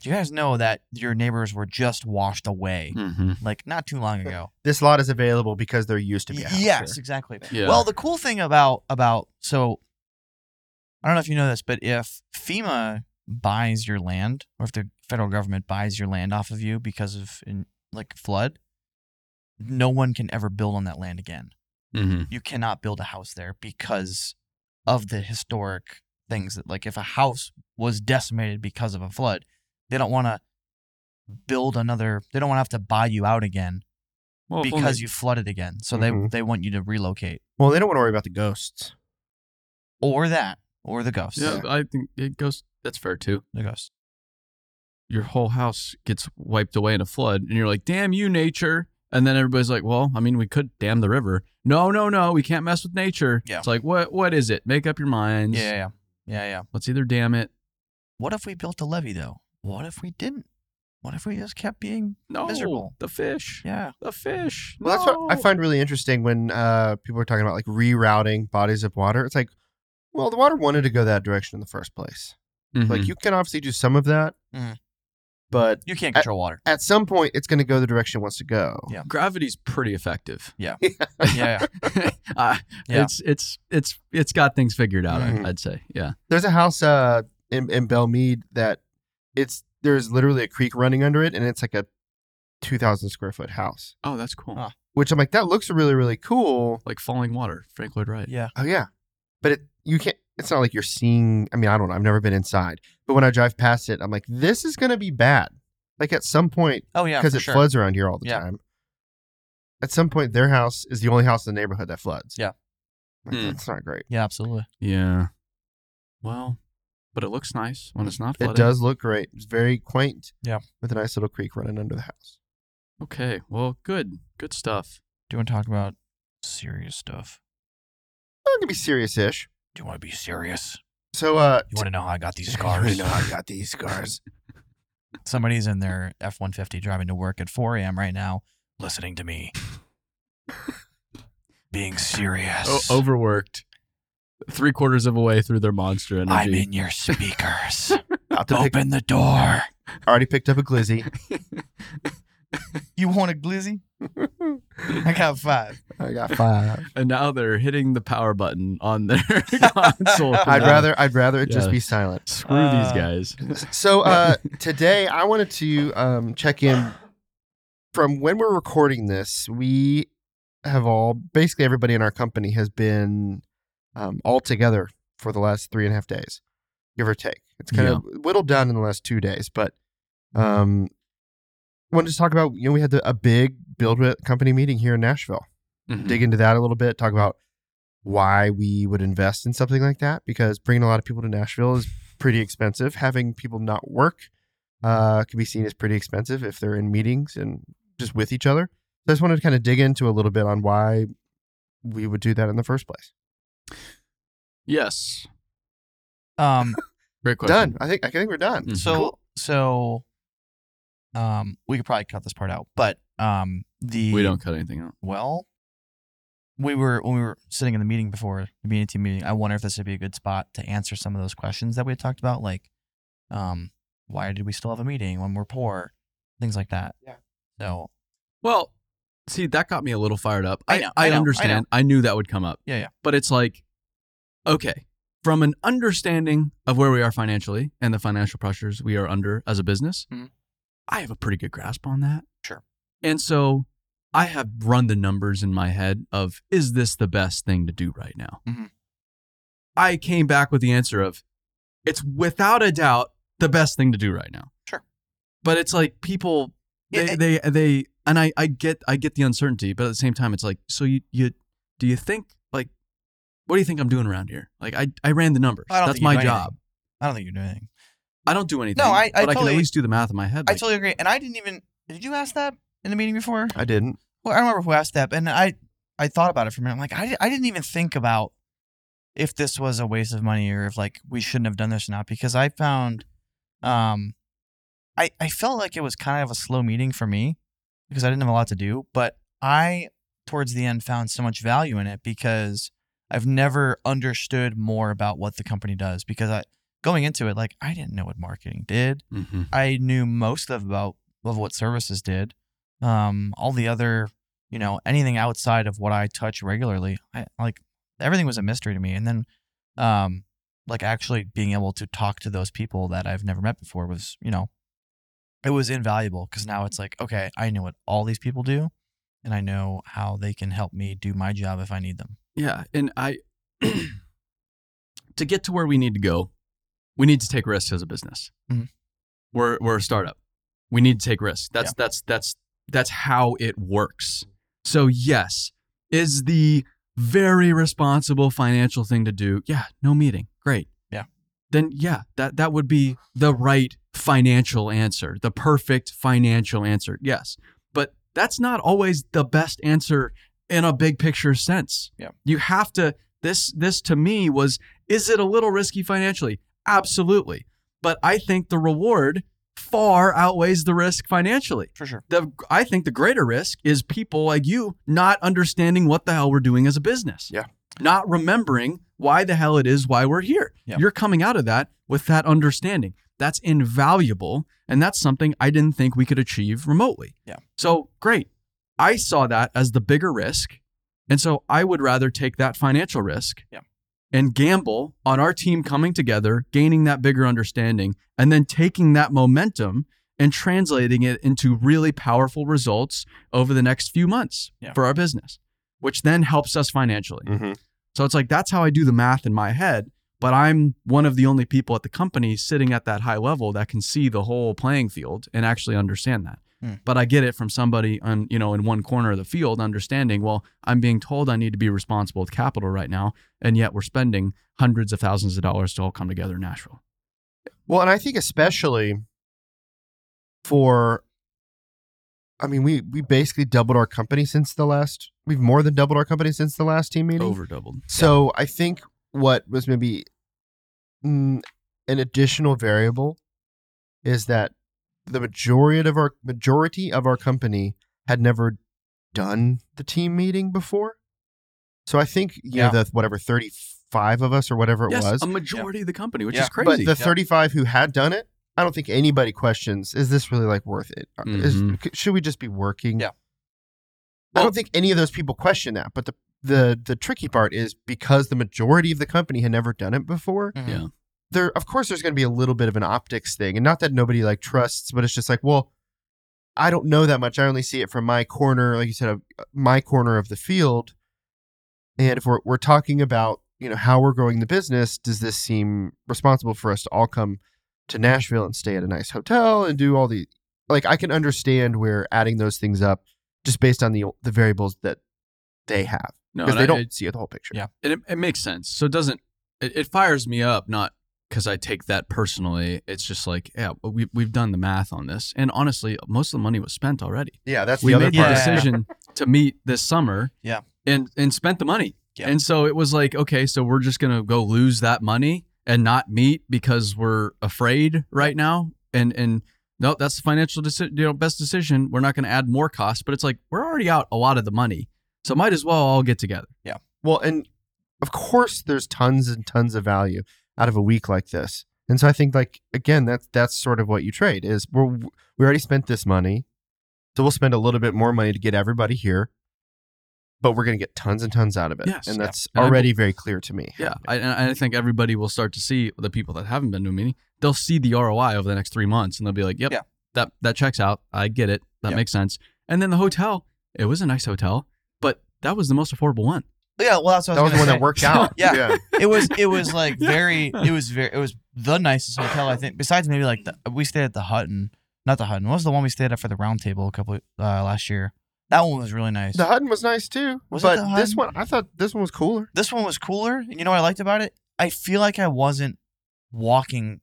Speaker 2: do you guys know that your neighbors were just washed away,
Speaker 1: mm-hmm.
Speaker 2: like not too long ago?
Speaker 3: This lot is available because there used to be a house
Speaker 2: yes,
Speaker 3: there.
Speaker 2: exactly.
Speaker 1: yeah.
Speaker 2: Well, the cool thing about about so I don't know if you know this, but if FEMA buys your land or if the federal government buys your land off of you because of in, like flood, no one can ever build on that land again.
Speaker 1: mm-hmm.
Speaker 2: You cannot build a house there because of the historic things that like if a house was decimated because of a flood, they don't want to build another they don't want to have to buy you out again
Speaker 1: well, if
Speaker 2: because
Speaker 1: only-
Speaker 2: you flooded again. So
Speaker 3: Mhm.
Speaker 2: they they want you to relocate.
Speaker 3: Well, they don't want to worry about the ghosts.
Speaker 2: or that or the ghosts.
Speaker 1: yeah, I think it goes. That's fair too.
Speaker 2: The ghosts.
Speaker 1: Your whole house gets wiped away in a flood, and you're like, "Damn you, nature!" And then everybody's like, "Well, I mean, we could dam the river." No, no, no, we can't mess with nature.
Speaker 2: Yeah.
Speaker 1: It's like, what what is it? Make up your minds.
Speaker 2: Yeah, yeah, yeah, yeah, yeah.
Speaker 1: Let's either dam it.
Speaker 2: What if we built a levee though? What if we didn't? What if we just kept being?
Speaker 1: No,
Speaker 2: Miserable.
Speaker 1: the fish.
Speaker 2: Yeah,
Speaker 1: The fish.
Speaker 3: Well, that's what I
Speaker 1: No.
Speaker 3: find really interesting when uh, people are talking about like rerouting bodies of water. It's like, well, the water wanted to go that direction in the first place.
Speaker 1: Mhm.
Speaker 3: Like you can obviously do some of that,
Speaker 1: Mm-hmm.
Speaker 2: Mhm.
Speaker 3: but
Speaker 2: you can't control water.
Speaker 3: at some point it's going to go the direction it wants to go.
Speaker 2: Yeah.
Speaker 1: gravity's pretty effective.
Speaker 2: Yeah, yeah.
Speaker 1: uh,
Speaker 2: Yeah.
Speaker 1: It's it's it's it's got things figured out.
Speaker 3: Mhm.
Speaker 1: I, I'd say, yeah.
Speaker 3: There's a house uh, in in Belmead that it's there's literally a creek running under it, and it's like a two thousand square foot house.
Speaker 1: Oh, that's cool.
Speaker 2: Huh.
Speaker 3: Which I'm like, that looks really really cool.
Speaker 1: Like falling water, Frank Lloyd Wright.
Speaker 2: yeah.
Speaker 3: Oh yeah, but it you can't. It's not like you're seeing. I mean, I don't know. I've never been inside, but when I drive past it, I'm like, this is gonna be bad. Like at some point,
Speaker 2: Oh yeah,
Speaker 3: because
Speaker 2: for
Speaker 3: it
Speaker 2: sure.
Speaker 3: floods around here all the
Speaker 2: Yeah.
Speaker 3: time. at some point their house is the only house in the neighborhood that floods.
Speaker 2: Yeah.
Speaker 3: Like,
Speaker 1: Hmm.
Speaker 3: That's not great.
Speaker 2: Yeah, absolutely.
Speaker 1: Yeah. Well, but it looks nice when it's not
Speaker 3: It
Speaker 1: flooded.
Speaker 3: does look great. It's very quaint.
Speaker 2: Yeah.
Speaker 3: With a nice little creek running under the house.
Speaker 1: Okay. Well, good. Good stuff.
Speaker 2: Do you want to talk about serious stuff?
Speaker 3: I'm gonna be serious ish.
Speaker 2: Do you want to be serious?
Speaker 3: So uh
Speaker 2: You want to know how I got these
Speaker 3: I
Speaker 2: scars?
Speaker 3: know I got these scars.
Speaker 2: Somebody's in their F 150 driving to work at 4 a.m. right now, listening to me. Being serious.
Speaker 3: Oh,
Speaker 1: O- overworked. Three quarters of a way through their monster energy.
Speaker 2: I'm in your speakers.
Speaker 3: About to pick,
Speaker 2: Open the door.
Speaker 3: already picked up a glizzy.
Speaker 2: You want a glizzy? I got five.
Speaker 3: I got five.
Speaker 1: and now they're hitting the power button on their console.
Speaker 3: I'd rather I'd rather it just
Speaker 1: Yeah.
Speaker 3: be silent.
Speaker 1: screw
Speaker 2: Uh,
Speaker 1: these guys.
Speaker 3: So uh today I wanted to um check in from when we're recording this, we have all basically everybody in our company has been um all together for the last three and a half days, give or take. It's kind of whittled down in the last two days, but um wanted to talk about you know, we had the, a big build a company meeting here in Nashville.
Speaker 1: Mm-hmm.
Speaker 3: dig into that a little bit, talk about why we would invest in something like that because bringing a lot of people to Nashville is pretty expensive. Having people not work uh, can be seen as pretty expensive if they're in meetings and just with each other. So I just wanted to kind of dig into a little bit on why we would do that in the first place.
Speaker 1: Yes.
Speaker 2: Um,
Speaker 1: Great question.
Speaker 3: Done. I think I think we're done.
Speaker 1: Mhm.
Speaker 2: so, so, um, we could probably cut this part out, but, um, the.
Speaker 1: We don't cut anything out.
Speaker 2: well we were when we were sitting in the meeting before the meeting team meeting i wonder if this would be a good spot to answer some of those questions that we had talked about like um why did we still have a meeting when we're poor things like that
Speaker 3: Yeah.
Speaker 2: so
Speaker 1: Well, see, that got me a little fired up.
Speaker 2: I
Speaker 1: I,
Speaker 2: know,
Speaker 1: I,
Speaker 2: I know, I
Speaker 1: understand. I, knew that would come up.
Speaker 2: Yeah, yeah.
Speaker 1: But it's like, okay, from an understanding of where we are financially and the financial pressures we are under as a business,
Speaker 2: Mhm.
Speaker 1: I have a pretty good grasp on that.
Speaker 2: Sure.
Speaker 1: And so I have run the numbers in my head of is this the best thing to do right now?
Speaker 2: Mhm.
Speaker 1: I came back with the answer of it's without a doubt the best thing to do right now.
Speaker 2: Sure.
Speaker 1: But it's like people they
Speaker 2: Yeah,
Speaker 1: they they and I I get I get the uncertainty, but at the same time, it's like so you you do you think like what do you think I'm doing around here? Like I I ran the numbers.
Speaker 2: I don't
Speaker 1: That's
Speaker 2: think
Speaker 1: my
Speaker 2: you do anything.
Speaker 1: job.
Speaker 2: i don't think you're doing anything
Speaker 1: I don't do anything.
Speaker 2: No, I-
Speaker 1: but I
Speaker 2: I
Speaker 1: can
Speaker 2: totally-
Speaker 1: at least do the math in my head.
Speaker 2: i
Speaker 1: like,
Speaker 2: totally agree and i didn't even did you ask that in the meeting before
Speaker 3: I didn't.
Speaker 2: well i don't remember who asked that and i i thought about it for a minute i'm like i, di- I didn't even think about if this was a waste of money or if like we shouldn't have done this or not because i found um i i felt like it was kind of a slow meeting for me because i didn't have a lot to do but i towards the end found so much value in it because i've never understood more about what the company does because i going into it like i didn't know what marketing did
Speaker 1: mhm.
Speaker 2: I knew most of about of what services did. Um, all the other, you know, anything outside of what I touch regularly, I like everything was a mystery to me. And then, um, like actually being able to talk to those people that I've never met before was, you know, it was invaluable because now it's like, okay, I know what all these people do, and I know how they can help me do my job if I need them.
Speaker 1: Yeah, and I to get to where we need to go, we need to take risks as a business.
Speaker 2: Mhm.
Speaker 1: We're we're a startup. We need to take risks. That's that's that's that's how it works. So yes, is the very responsible financial thing to do. Yeah, no meeting. Great.
Speaker 2: Yeah.
Speaker 1: Then yeah, that that would be the right financial answer, the perfect financial answer. Yes. But that's not always the best answer in a big picture sense.
Speaker 2: Yeah.
Speaker 1: You have to this this to me was is it a little risky financially? Absolutely. But I think the reward far outweighs the risk financially
Speaker 2: For sure.
Speaker 1: the I think the greater risk is people like you not understanding what the hell we're doing as a business.
Speaker 3: Yeah.
Speaker 1: Not remembering why the hell it is why we're here.
Speaker 2: Yeah.
Speaker 1: You're coming out of that with that understanding. That's invaluable and that's something I didn't think we could achieve remotely.
Speaker 2: Yeah.
Speaker 1: So, great. I saw that as the bigger risk. And so I would rather take that financial risk.
Speaker 2: Yeah.
Speaker 1: And gamble on our team coming together, gaining that bigger understanding, and then taking that momentum and translating it into really powerful results over the next few months
Speaker 2: Yeah.
Speaker 1: for our business, which then helps us financially.
Speaker 3: Mm-hmm.
Speaker 1: So it's like that's how I do the math in my head, but I'm one of the only people at the company sitting at that high level that can see the whole playing field and actually understand that.
Speaker 2: Hmm.
Speaker 1: But I get it from somebody on, you know, in one corner of the field understanding, well, I'm being told I need to be responsible with capital right now, and yet we're spending hundreds of thousands of dollars to all come together in Nashville.
Speaker 3: Well, and I think especially for, I mean, we we basically doubled our company since the last. We've more than doubled our company since the last team meeting.
Speaker 1: Over doubled.
Speaker 3: So I think what was maybe mm, an additional variable is that the majority of our majority of our company had never done the team meeting before. So I think you
Speaker 2: Yeah.
Speaker 3: know the whatever thirty five of us or whatever it
Speaker 1: Yes,
Speaker 3: was,
Speaker 1: a majority of the company, which
Speaker 2: Yeah.
Speaker 1: is crazy.
Speaker 3: but the
Speaker 2: Yeah.
Speaker 3: 35 who had done it, I don't think anybody questions, is this really like worth it? Are- is-
Speaker 1: Mhm.
Speaker 3: c- should we just be working?
Speaker 2: Yeah.
Speaker 3: I don't think any of those people question that. But the, the, the tricky part is because the majority of the company had never done it before,
Speaker 2: Mhm.
Speaker 1: Yeah.
Speaker 3: there, of course, there's going to be a little bit of an optics thing. And not that nobody like trusts, but it's just like, well, I don't know that much. I only see it from my corner, like you said, of uh, my corner of the field. And if we're, we're talking about, you know, how we're growing the business, does this seem responsible for us to all come to Nashville and stay at a nice hotel and do all the like I can understand where adding those things up just based on the the variables that they have
Speaker 1: no,
Speaker 3: because
Speaker 1: and
Speaker 3: they
Speaker 1: I-
Speaker 3: don't
Speaker 1: It,
Speaker 3: see the whole picture.
Speaker 2: Yeah.
Speaker 1: and it, it makes sense. So it doesn't. It, it fires me up not because I take that personally. It's just like, yeah, we we've done the math on this, and honestly, most of the money was spent already.
Speaker 3: Yeah, that's
Speaker 1: we
Speaker 3: the other
Speaker 1: made the
Speaker 3: part.
Speaker 2: Yeah.
Speaker 1: decision to meet this summer.
Speaker 2: Yeah.
Speaker 1: And and spent the money.
Speaker 2: Yeah.
Speaker 1: And so it was like, okay, so we're just gonna go lose that money and not meet because we're afraid right now. And and no, that's the financial decision, you know, best decision. We're not gonna add more costs, but it's like we're already out a lot of the money, so might as well all get together.
Speaker 3: Well, and of course there's tons and tons of value out of a week like this. And so I think like again that's that's sort of what you trade is we are we already spent this money. So we'll spend a little bit more money to get everybody here. But we're going to get tons and tons out of it.
Speaker 1: Yes.
Speaker 3: and
Speaker 1: Yeah.
Speaker 3: that's
Speaker 1: And I-
Speaker 3: already very clear to me.
Speaker 1: Yeah, I, and I think everybody will start to see the people that haven't been to a meeting. They'll see the ROI over the next three months, and they'll be like, "Yep,
Speaker 2: Yeah.
Speaker 1: that that checks out. I get it. That
Speaker 2: Yeah.
Speaker 1: makes sense." And then the hotel, it was a nice hotel, but that was the most affordable one.
Speaker 2: Yeah, well, that's what
Speaker 3: That
Speaker 2: I
Speaker 3: was
Speaker 2: was, gonna
Speaker 3: the one
Speaker 2: say.
Speaker 3: that worked out.
Speaker 2: Yeah.
Speaker 3: yeah.
Speaker 2: it was it was like
Speaker 1: Yeah.
Speaker 2: very it was very it was the nicest hotel I think besides maybe like the, we stayed at the Hutton not the Hutton what was the one we stayed at for the round table a couple uh, last year that one was really nice
Speaker 3: The Hutton was nice too,
Speaker 2: Was it
Speaker 3: but
Speaker 2: the
Speaker 3: this
Speaker 2: Hutton?
Speaker 3: one I thought this one was cooler.
Speaker 2: this one was cooler and you know what I liked about it I feel like I wasn't walking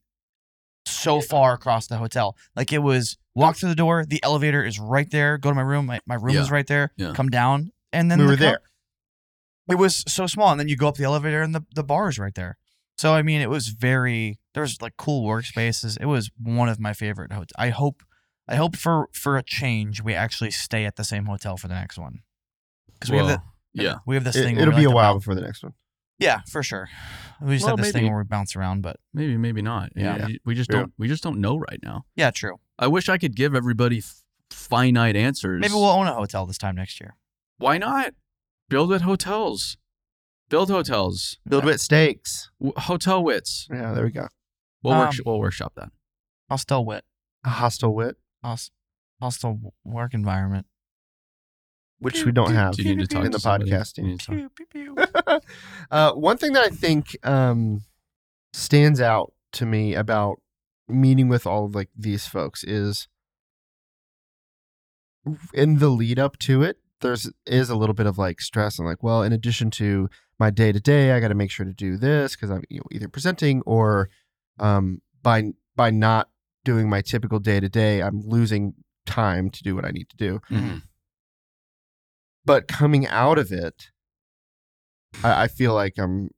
Speaker 2: so far across the hotel like it was walk through the door the elevator is right there go to my room my, my room
Speaker 1: Yeah.
Speaker 2: was right there
Speaker 1: Yeah.
Speaker 2: come down and then
Speaker 3: we
Speaker 2: the
Speaker 3: were
Speaker 2: co-
Speaker 3: there.
Speaker 2: it was so small and then you go up the elevator and the, the bar is right there so i mean it was very there was like cool workspaces it was one of my favorite hotels i hope i hope for for a change we actually stay at the same hotel for the next one because we have the,
Speaker 1: yeah,
Speaker 2: we have this
Speaker 3: It,
Speaker 2: thing where
Speaker 3: will
Speaker 2: we
Speaker 3: be
Speaker 2: like
Speaker 3: a
Speaker 2: to
Speaker 3: while
Speaker 2: bounce-
Speaker 3: before the next one.
Speaker 2: yeah for sure we just
Speaker 1: Well,
Speaker 2: have this
Speaker 1: maybe.
Speaker 2: thing where we bounce around but
Speaker 1: maybe maybe not.
Speaker 2: Yeah.
Speaker 1: You- we just
Speaker 3: Yeah.
Speaker 1: don't we just don't know right now.
Speaker 2: yeah true
Speaker 1: I wish I could give everybody f- finite answers.
Speaker 2: maybe we'll own a hotel this time next year
Speaker 1: Why not build it hotels? Build hotels,
Speaker 3: Build with steaks.
Speaker 1: w- hotel wits.
Speaker 3: Yeah, there we go.
Speaker 1: We'll,
Speaker 2: Um,
Speaker 1: worksh- we'll workshop that.
Speaker 2: hostel wit
Speaker 3: A hostile wit,
Speaker 2: hos- hostel w- work environment
Speaker 3: which we don't have.
Speaker 1: Do you need to talk
Speaker 3: in
Speaker 1: to
Speaker 3: the
Speaker 1: somebody?
Speaker 3: podcasting.
Speaker 1: You need to talk-
Speaker 2: pew, pew, pew.
Speaker 3: uh, one thing that I think um, stands out to me about meeting with all of like these folks is in the lead up to it. There's is a little bit of like stress and like, well, in addition to my day to day, I got to make sure to do this because I'm you know, either presenting or um, by by not doing my typical day to day, I'm losing time to do what I need to do
Speaker 1: Mhm.
Speaker 3: but coming out of it, I, I feel like I'm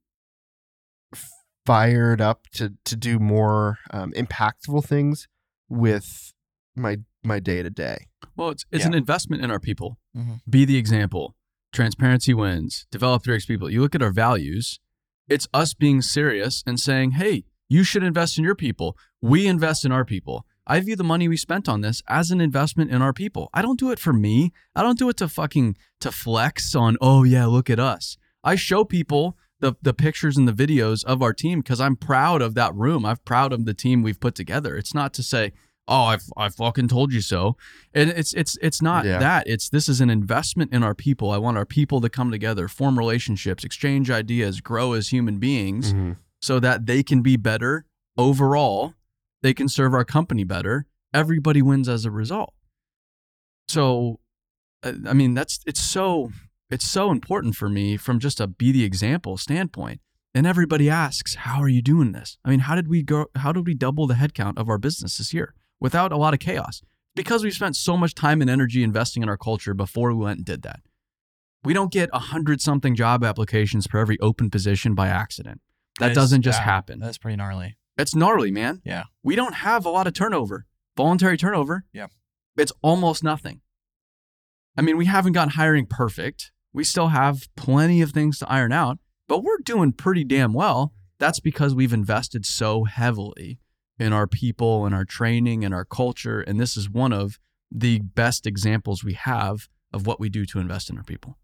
Speaker 3: fired up to to do more um, impactful things with my my day to day.
Speaker 1: Well, it's it's
Speaker 2: Yeah.
Speaker 1: an investment in our people.
Speaker 2: Mhm.
Speaker 1: Be the example. Transparency wins. Develop your ex people. You look at our values. It's us being serious and saying, "Hey, you should invest in your people. We invest in our people." I view the money we spent on this as an investment in our people. I don't do it for me. I don't do it to fucking to flex on, "Oh yeah, look at us." I show people the the pictures and the videos of our team because I'm proud of that room. I'm proud of the team we've put together. It's not to say, "Oh, I've I fucking told you so," and it's it's it's not
Speaker 3: Yeah.
Speaker 1: that. It's this is an investment in our people. I want our people to come together, form relationships, exchange ideas, grow as human beings,
Speaker 3: Mm-hmm.
Speaker 1: so that they can be better overall. They can serve our company better. Everybody wins as a result. so uh, i mean that's it's so it's so important for me from just a be the example standpoint and everybody asks how are you doing this i mean how did we go how did we double the headcount of our business this year without a lot of chaos because we spent so much time and energy investing in our culture before we went and did that we don't get a hundred something job applications per every open position by accident that
Speaker 2: It's-
Speaker 1: doesn't just
Speaker 2: yeah,
Speaker 1: happen
Speaker 2: That's pretty gnarly.
Speaker 1: it's gnarly, man.
Speaker 2: Yeah.
Speaker 1: We don't have a lot of turnover, voluntary turnover.
Speaker 2: Yeah.
Speaker 1: It's almost nothing. I mean, we haven't gotten hiring perfect. We still have plenty of things to iron out, but we're doing pretty damn well. That's because we've invested so heavily in our people and our training and our culture. And this is one of the best examples we have of what we do to invest in our people.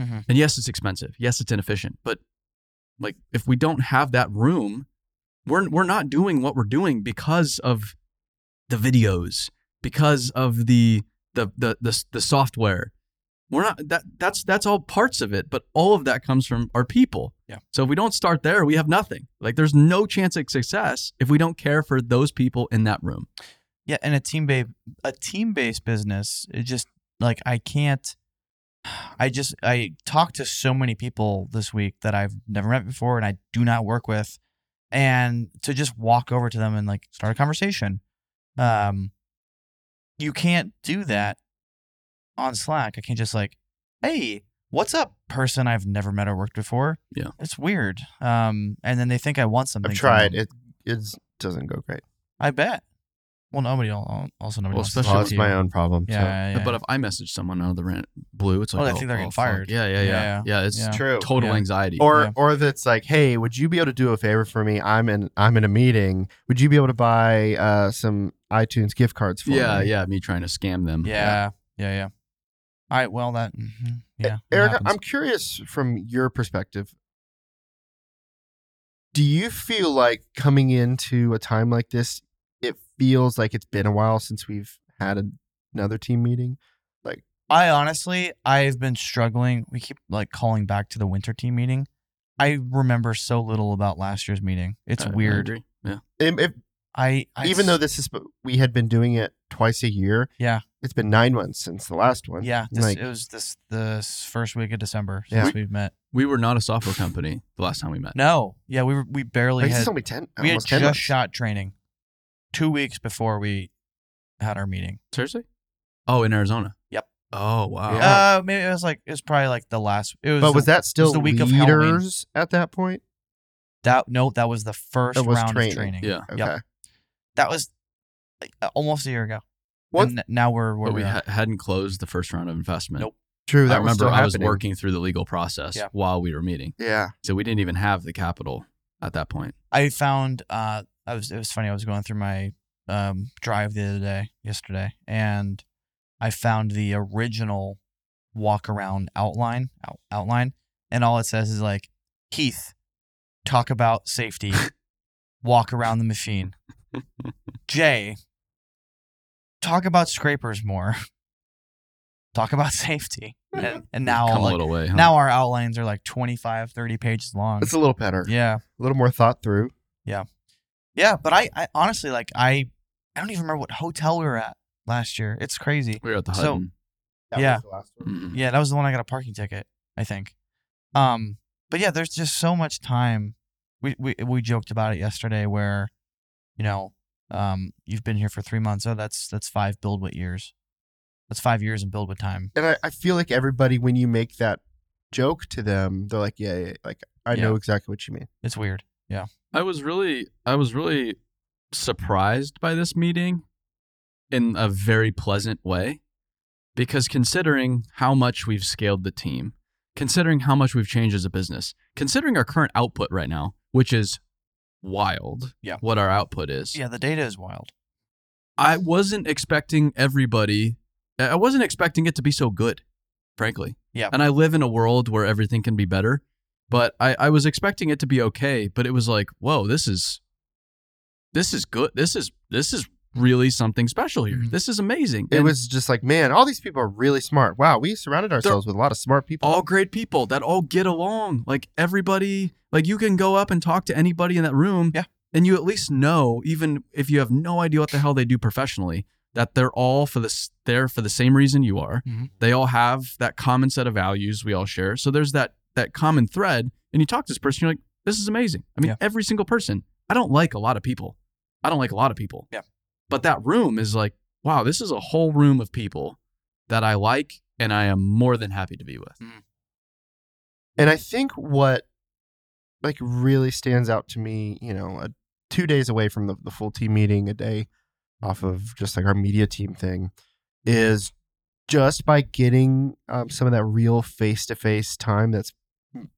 Speaker 2: Mhm.
Speaker 1: And yes, it's expensive. Yes, it's inefficient. But like, if we don't have that room, we're we're not doing what we're doing because of the videos, because of the the the the, the software. We're not that that's that's all parts of it, but all of that comes from our people.
Speaker 2: Yeah.
Speaker 1: So if we don't start there, we have nothing. Like, there's no chance of success if we don't care for those people in that room.
Speaker 2: Yeah, and a team ba- a team based business, it just like I can't I just I talked to so many people this week that I've never met before and I do not work with and to just walk over to them and like start a conversation. Um you can't do that on Slack. I can't just like, "Hey, what's up, person I've never met or worked before?"
Speaker 1: Yeah.
Speaker 2: It's weird. Um and then they think I want something.
Speaker 3: I've
Speaker 2: from
Speaker 3: tried.
Speaker 2: them.
Speaker 3: It it's doesn't go great.
Speaker 2: I bet. Well, nobody al- also nobody
Speaker 1: Well,
Speaker 2: wants to
Speaker 1: especially
Speaker 3: Well,
Speaker 2: talk
Speaker 1: with
Speaker 3: it's
Speaker 2: to you.
Speaker 3: my own problem. so.
Speaker 2: Yeah, yeah.
Speaker 1: But if I message someone out of the rent blue, it's like,
Speaker 2: Oh,
Speaker 1: oh,
Speaker 2: they think they're
Speaker 1: oh,
Speaker 2: getting
Speaker 1: fuck.
Speaker 2: fired.
Speaker 1: Yeah, yeah, yeah,
Speaker 2: Yeah,
Speaker 1: yeah. it's
Speaker 2: yeah.
Speaker 3: True.
Speaker 1: total
Speaker 2: Yeah.
Speaker 1: anxiety.
Speaker 3: Or
Speaker 2: Yeah.
Speaker 3: or that's like, hey, would you be able to do a favor for me? I'm in I'm in a meeting. Would you be able to buy uh, some iTunes gift cards for
Speaker 1: yeah,
Speaker 3: me?
Speaker 1: yeah, me trying to scam
Speaker 3: um,
Speaker 1: them.
Speaker 2: yeah, yeah, yeah. All right. Well, that. mhm, Yeah. it
Speaker 3: Eric,
Speaker 2: happens.
Speaker 3: Mm-hmm. E, I'm curious from your perspective. Do you feel like coming into a time like this, it feels like it's been a while since we've had an- another team meeting?
Speaker 2: I honestly, I've been struggling. We keep like calling back to the winter team meeting. I remember so little about last year's meeting. It's
Speaker 1: I- I
Speaker 2: weird.
Speaker 1: agree. Yeah.
Speaker 3: It- it-
Speaker 2: I, I
Speaker 3: even though this is we had been doing it twice a year.
Speaker 2: Yeah.
Speaker 3: it's been nine months since the last one.
Speaker 2: yeah, this,
Speaker 3: like-
Speaker 2: it was this the first week of December
Speaker 3: Yeah.
Speaker 2: since we've met.
Speaker 1: We were not a software company the last time we met.
Speaker 2: No, yeah, we were we
Speaker 3: Like,
Speaker 2: barely
Speaker 3: this
Speaker 2: had
Speaker 3: is only ten.
Speaker 2: we had
Speaker 3: almost
Speaker 2: just
Speaker 3: 10 months.
Speaker 2: shot training two weeks before we had our meeting.
Speaker 1: Seriously? Oh, in Arizona.
Speaker 2: Yep.
Speaker 1: Oh wow.
Speaker 3: Yeah.
Speaker 2: Uh, maybe it was like it was probably like the last. It was,
Speaker 3: But was
Speaker 2: the-
Speaker 3: that still
Speaker 2: the week of Halloween.
Speaker 3: leaders at that point?
Speaker 2: that no? That was the first
Speaker 3: That was
Speaker 2: round
Speaker 3: training.
Speaker 2: of training.
Speaker 1: Yeah.
Speaker 3: Okay.
Speaker 2: Yep. That was like, uh, almost a year ago.
Speaker 3: What-
Speaker 2: And n- now we're where
Speaker 1: But
Speaker 2: we
Speaker 1: we
Speaker 2: are.
Speaker 1: ha- hadn't closed the first round of investment.
Speaker 2: Nope.
Speaker 3: True.
Speaker 1: I
Speaker 3: That
Speaker 1: remember
Speaker 3: was still
Speaker 1: I was
Speaker 3: happening.
Speaker 1: working through the legal process
Speaker 2: Yeah.
Speaker 1: while we were meeting,
Speaker 3: Yeah.
Speaker 1: so we didn't even have the capital at that point.
Speaker 2: I found uh, I was it was funny. I was going through my um drive the other day, yesterday, and I found the original walk around outline out, outline, and all it says is like Heath, talk about safety, walk around the machine. Jay, talk about scrapers more. Talk about safety. And, and now,
Speaker 1: come a
Speaker 2: like,
Speaker 1: little way. Huh?
Speaker 2: now our outlines are like 25, 30 pages long.
Speaker 3: It's a little better.
Speaker 2: Um, Yeah.
Speaker 3: A little more thought through.
Speaker 2: Yeah, but I, I honestly like I I don't even remember what hotel we were at last year. It's crazy.
Speaker 1: we were at the
Speaker 2: So-
Speaker 1: Hutton.
Speaker 2: Yeah.
Speaker 1: Mm-mm.
Speaker 2: Yeah, that was the one I got a parking ticket, I think. Um, but yeah, there's just so much time. We we we joked about it yesterday where, you know, um, you've been here for three months. Oh, that's that's five Buildwit years. That's five years in Buildwit time.
Speaker 3: And I, I feel like everybody, when you make that joke to them, they're like, yeah, yeah like, I know exactly what you mean.
Speaker 2: It's weird.
Speaker 1: I was really I was really surprised by this meeting in a very pleasant way because considering how much we've scaled the team, considering how much we've changed as a business, considering our current output right now, which is wild.
Speaker 2: Yeah.
Speaker 1: What our output is.
Speaker 2: Yeah, the data is wild.
Speaker 1: I wasn't expecting everybody I wasn't expecting it to be so good, frankly.
Speaker 2: Yeah.
Speaker 1: And I live in a world where everything can be better, but I, I was expecting it to be okay, but it was like, whoa, this is this is good. This is this is really something special here.
Speaker 2: Mhm.
Speaker 1: This is amazing.
Speaker 3: It
Speaker 1: And
Speaker 3: was just like, man, all these people are really smart. Wow. We surrounded ourselves with a lot of smart people.
Speaker 1: all great people that all get along. Like everybody, like you can go up and talk to anybody in that room.
Speaker 2: Yeah.
Speaker 1: And you at least know, even if you have no idea what the hell they do professionally, that they're all for this there for the same reason you are.
Speaker 2: Mm-hmm.
Speaker 4: Mhm.
Speaker 1: They all have that common set of values we all share. So there's that that common thread. And you talk to this person, you're like, this is amazing. I mean,
Speaker 2: Yeah.
Speaker 1: every single person. I don't like a lot of people. I don't like a lot of people.
Speaker 2: Yeah.
Speaker 1: But that room is like, wow, this is a whole room of people that I like and I am more than happy to be with.
Speaker 3: And I think what like really stands out to me, you know, uh, two days away from the, the full team meeting, a day off of just like our media team thing, is just by getting um, some of that real face to face time that's mm,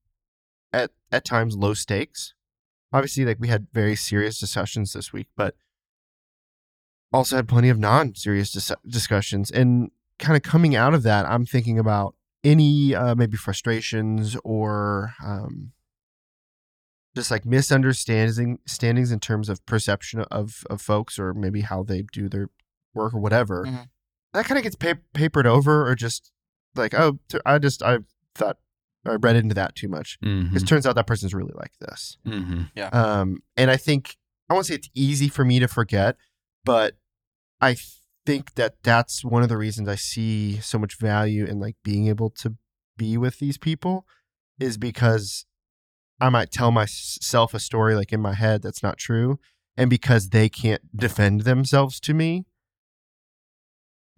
Speaker 3: at at times low stakes. Obviously, like we had very serious discussions this week, but also had plenty of non serious dis- discussions. And kind of coming out of that, I'm thinking about any uh, maybe frustrations or um, just like misunderstanding standings in terms of perception of of folks or maybe how they do their work or whatever
Speaker 2: Mhm.
Speaker 3: that kind of gets pa- papered over or just like oh t- i just i thought i read into that too much
Speaker 1: Mm-hmm.
Speaker 3: because turns out that person's really like this
Speaker 1: Mm-hmm.
Speaker 3: um, and I think I won't say it's easy for me to forget, but I think that that's one of the reasons I see so much value in like being able to be with these people is because I might tell myself a story like in my head that's not true, and because they can't defend themselves to me,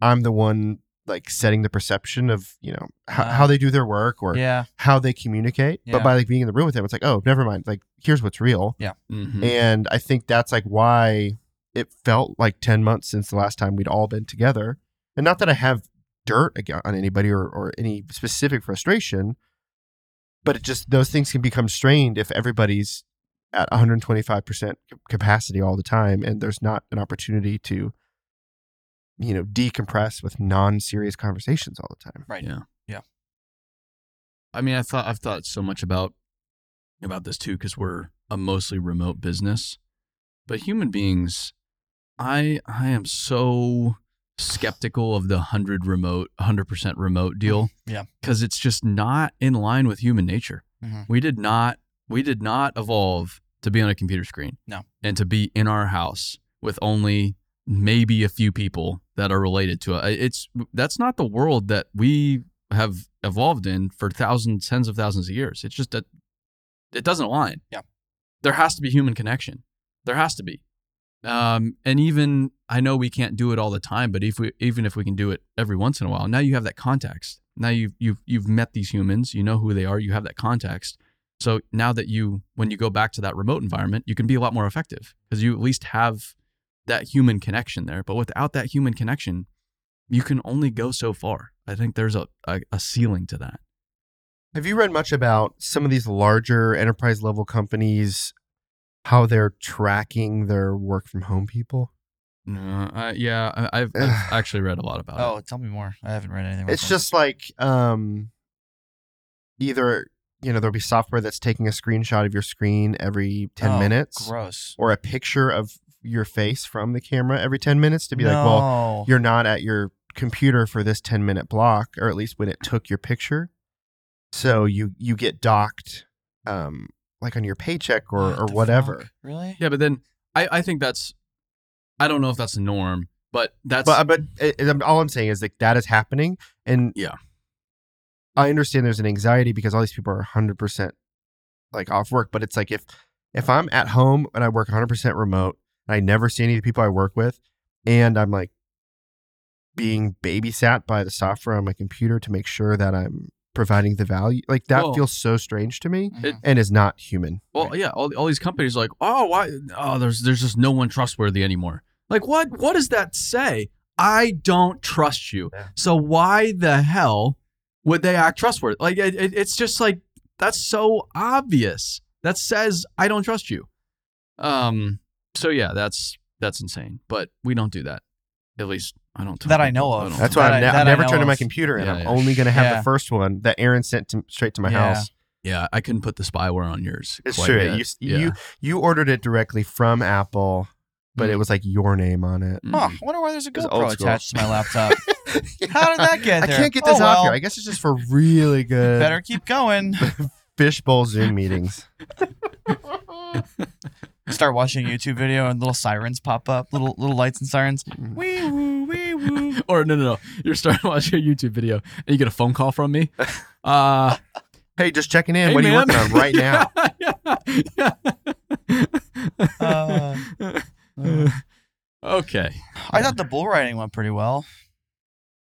Speaker 3: I'm the one like setting the perception of you know how,
Speaker 2: Wow.
Speaker 3: how they do their work or
Speaker 2: Yeah.
Speaker 3: how they communicate.
Speaker 2: Yeah.
Speaker 3: But by like being in the room with them, it's like, oh, never mind. Like here's what's real.
Speaker 1: Mm-hmm.
Speaker 3: And I think that's like why it felt like ten months since the last time we'd all been together. And not that I have dirt ag- on anybody or, or any specific frustration, but it just those things can become strained if everybody's at 125% c- capacity all the time and there's not an opportunity to you know decompress with non-serious conversations all the time.
Speaker 2: Right.
Speaker 1: Yeah. I mean, I thought I've thought so much about about this too because we're a mostly remote business, but human beings, I I am so skeptical of the hundred remote, hundred percent remote deal.
Speaker 2: Yeah.
Speaker 1: because it's just not in line with human nature.
Speaker 2: Mhm.
Speaker 1: We did not we did not evolve to be on a computer screen.
Speaker 2: No.
Speaker 1: and to be in our house with only maybe a few people that are related to it. It's that's not the world that we have evolved in for thousands, tens of thousands of years. It's just that it doesn't align.
Speaker 2: Yeah.
Speaker 1: There has to be human connection. There has to be. Um, and even I know we can't do it all the time, but if we even if we can do it every once in a while, now you have that context. Now you've you've you've met these humans, you know who they are, you have that context. So now that you when you go back to that remote environment, you can be a lot more effective because you at least have that human connection there. But without that human connection, you can only go so far. I think there's a, a, a ceiling to that.
Speaker 3: Have you read much about some of these larger enterprise level companies, how they're tracking their work from home people?
Speaker 1: No, I, yeah, I, I've, I've actually read a lot about
Speaker 2: Oh,
Speaker 1: it.
Speaker 2: tell me more. I haven't read anything. about
Speaker 3: uh, It's
Speaker 2: that.
Speaker 3: just like um, either, you know, there'll be software that's taking a screenshot of your screen every 10
Speaker 2: Oh,
Speaker 3: minutes
Speaker 2: Gross.
Speaker 3: or a picture of your face from the camera every 10 minutes to be like, well,
Speaker 2: well,
Speaker 3: you're not at your computer for this 10 minute block or at least when it took your picture so you you get docked um like on your paycheck or or whatever
Speaker 2: Really?
Speaker 1: Yeah, but then I, I think that's, I don't know if that's the norm, but that's,
Speaker 3: but but it, it- all i'm saying is like that is happening and
Speaker 1: Yeah.
Speaker 3: i understand there's an anxiety because all these people are 100% like off work but it's like if if i'm at home and i work 100% remote and i never see any of the people i work with and i'm like being babysat by the software on my computer to make sure that i'm providing the value like that
Speaker 1: Well-
Speaker 3: feels so strange to me
Speaker 2: Mhm.
Speaker 1: it-
Speaker 3: and is not human
Speaker 1: well, yeah, all, all these companies are like, oh, why, oh, there's, there's just no one trustworthy anymore. Like, what, what does that say? I don't trust you.
Speaker 3: Yeah.
Speaker 1: So why the hell would they act trustworthy? Like, it, it, it's just like, that's so obvious. That says, I don't trust you. Um, so yeah, that's, that's insane, but we don't do that. At least I don't. tell
Speaker 2: That I
Speaker 1: people.
Speaker 2: know of.
Speaker 1: don't
Speaker 3: that's
Speaker 1: tell
Speaker 3: why
Speaker 2: That
Speaker 3: i'm
Speaker 2: I-
Speaker 3: ne-
Speaker 2: that
Speaker 3: I'm
Speaker 2: I
Speaker 3: never
Speaker 2: know
Speaker 3: turning my
Speaker 2: of.
Speaker 3: computer and
Speaker 1: Yeah,
Speaker 3: i'm
Speaker 1: yeah.
Speaker 3: only going to have
Speaker 2: Yeah.
Speaker 3: the first one that aaron sent to, straight to my
Speaker 2: Yeah.
Speaker 3: house
Speaker 1: Yeah, I couldn't put the spyware on yours.
Speaker 3: It's
Speaker 1: quite
Speaker 3: true.
Speaker 1: yet.
Speaker 3: You, s
Speaker 1: Yeah.
Speaker 3: you you ordered it directly from Apple, but it was like your name on it.
Speaker 1: Mm.
Speaker 2: Huh, I wonder why there's a
Speaker 3: was
Speaker 2: GoPro
Speaker 3: old school.
Speaker 2: attached to my laptop. How did that get
Speaker 3: I
Speaker 2: there?
Speaker 3: can't get
Speaker 2: Oh,
Speaker 3: this off
Speaker 2: well.
Speaker 3: here. I guess it's just for really good
Speaker 2: Better keep going.
Speaker 3: fishbowl Zoom meetings.
Speaker 2: start watching a YouTube video and little sirens pop up, little little lights and sirens.
Speaker 3: Mm.
Speaker 2: Wee woo, wee woo.
Speaker 1: Or no, no, no. You're starting watching a YouTube video and you get a phone call from me. Uh,
Speaker 3: Hey, just checking in.
Speaker 1: Hey,
Speaker 3: what are you
Speaker 1: man.
Speaker 3: working on right now?
Speaker 1: yeah, yeah,
Speaker 2: Uh, uh.
Speaker 1: okay.
Speaker 2: I thought the bull riding went pretty well.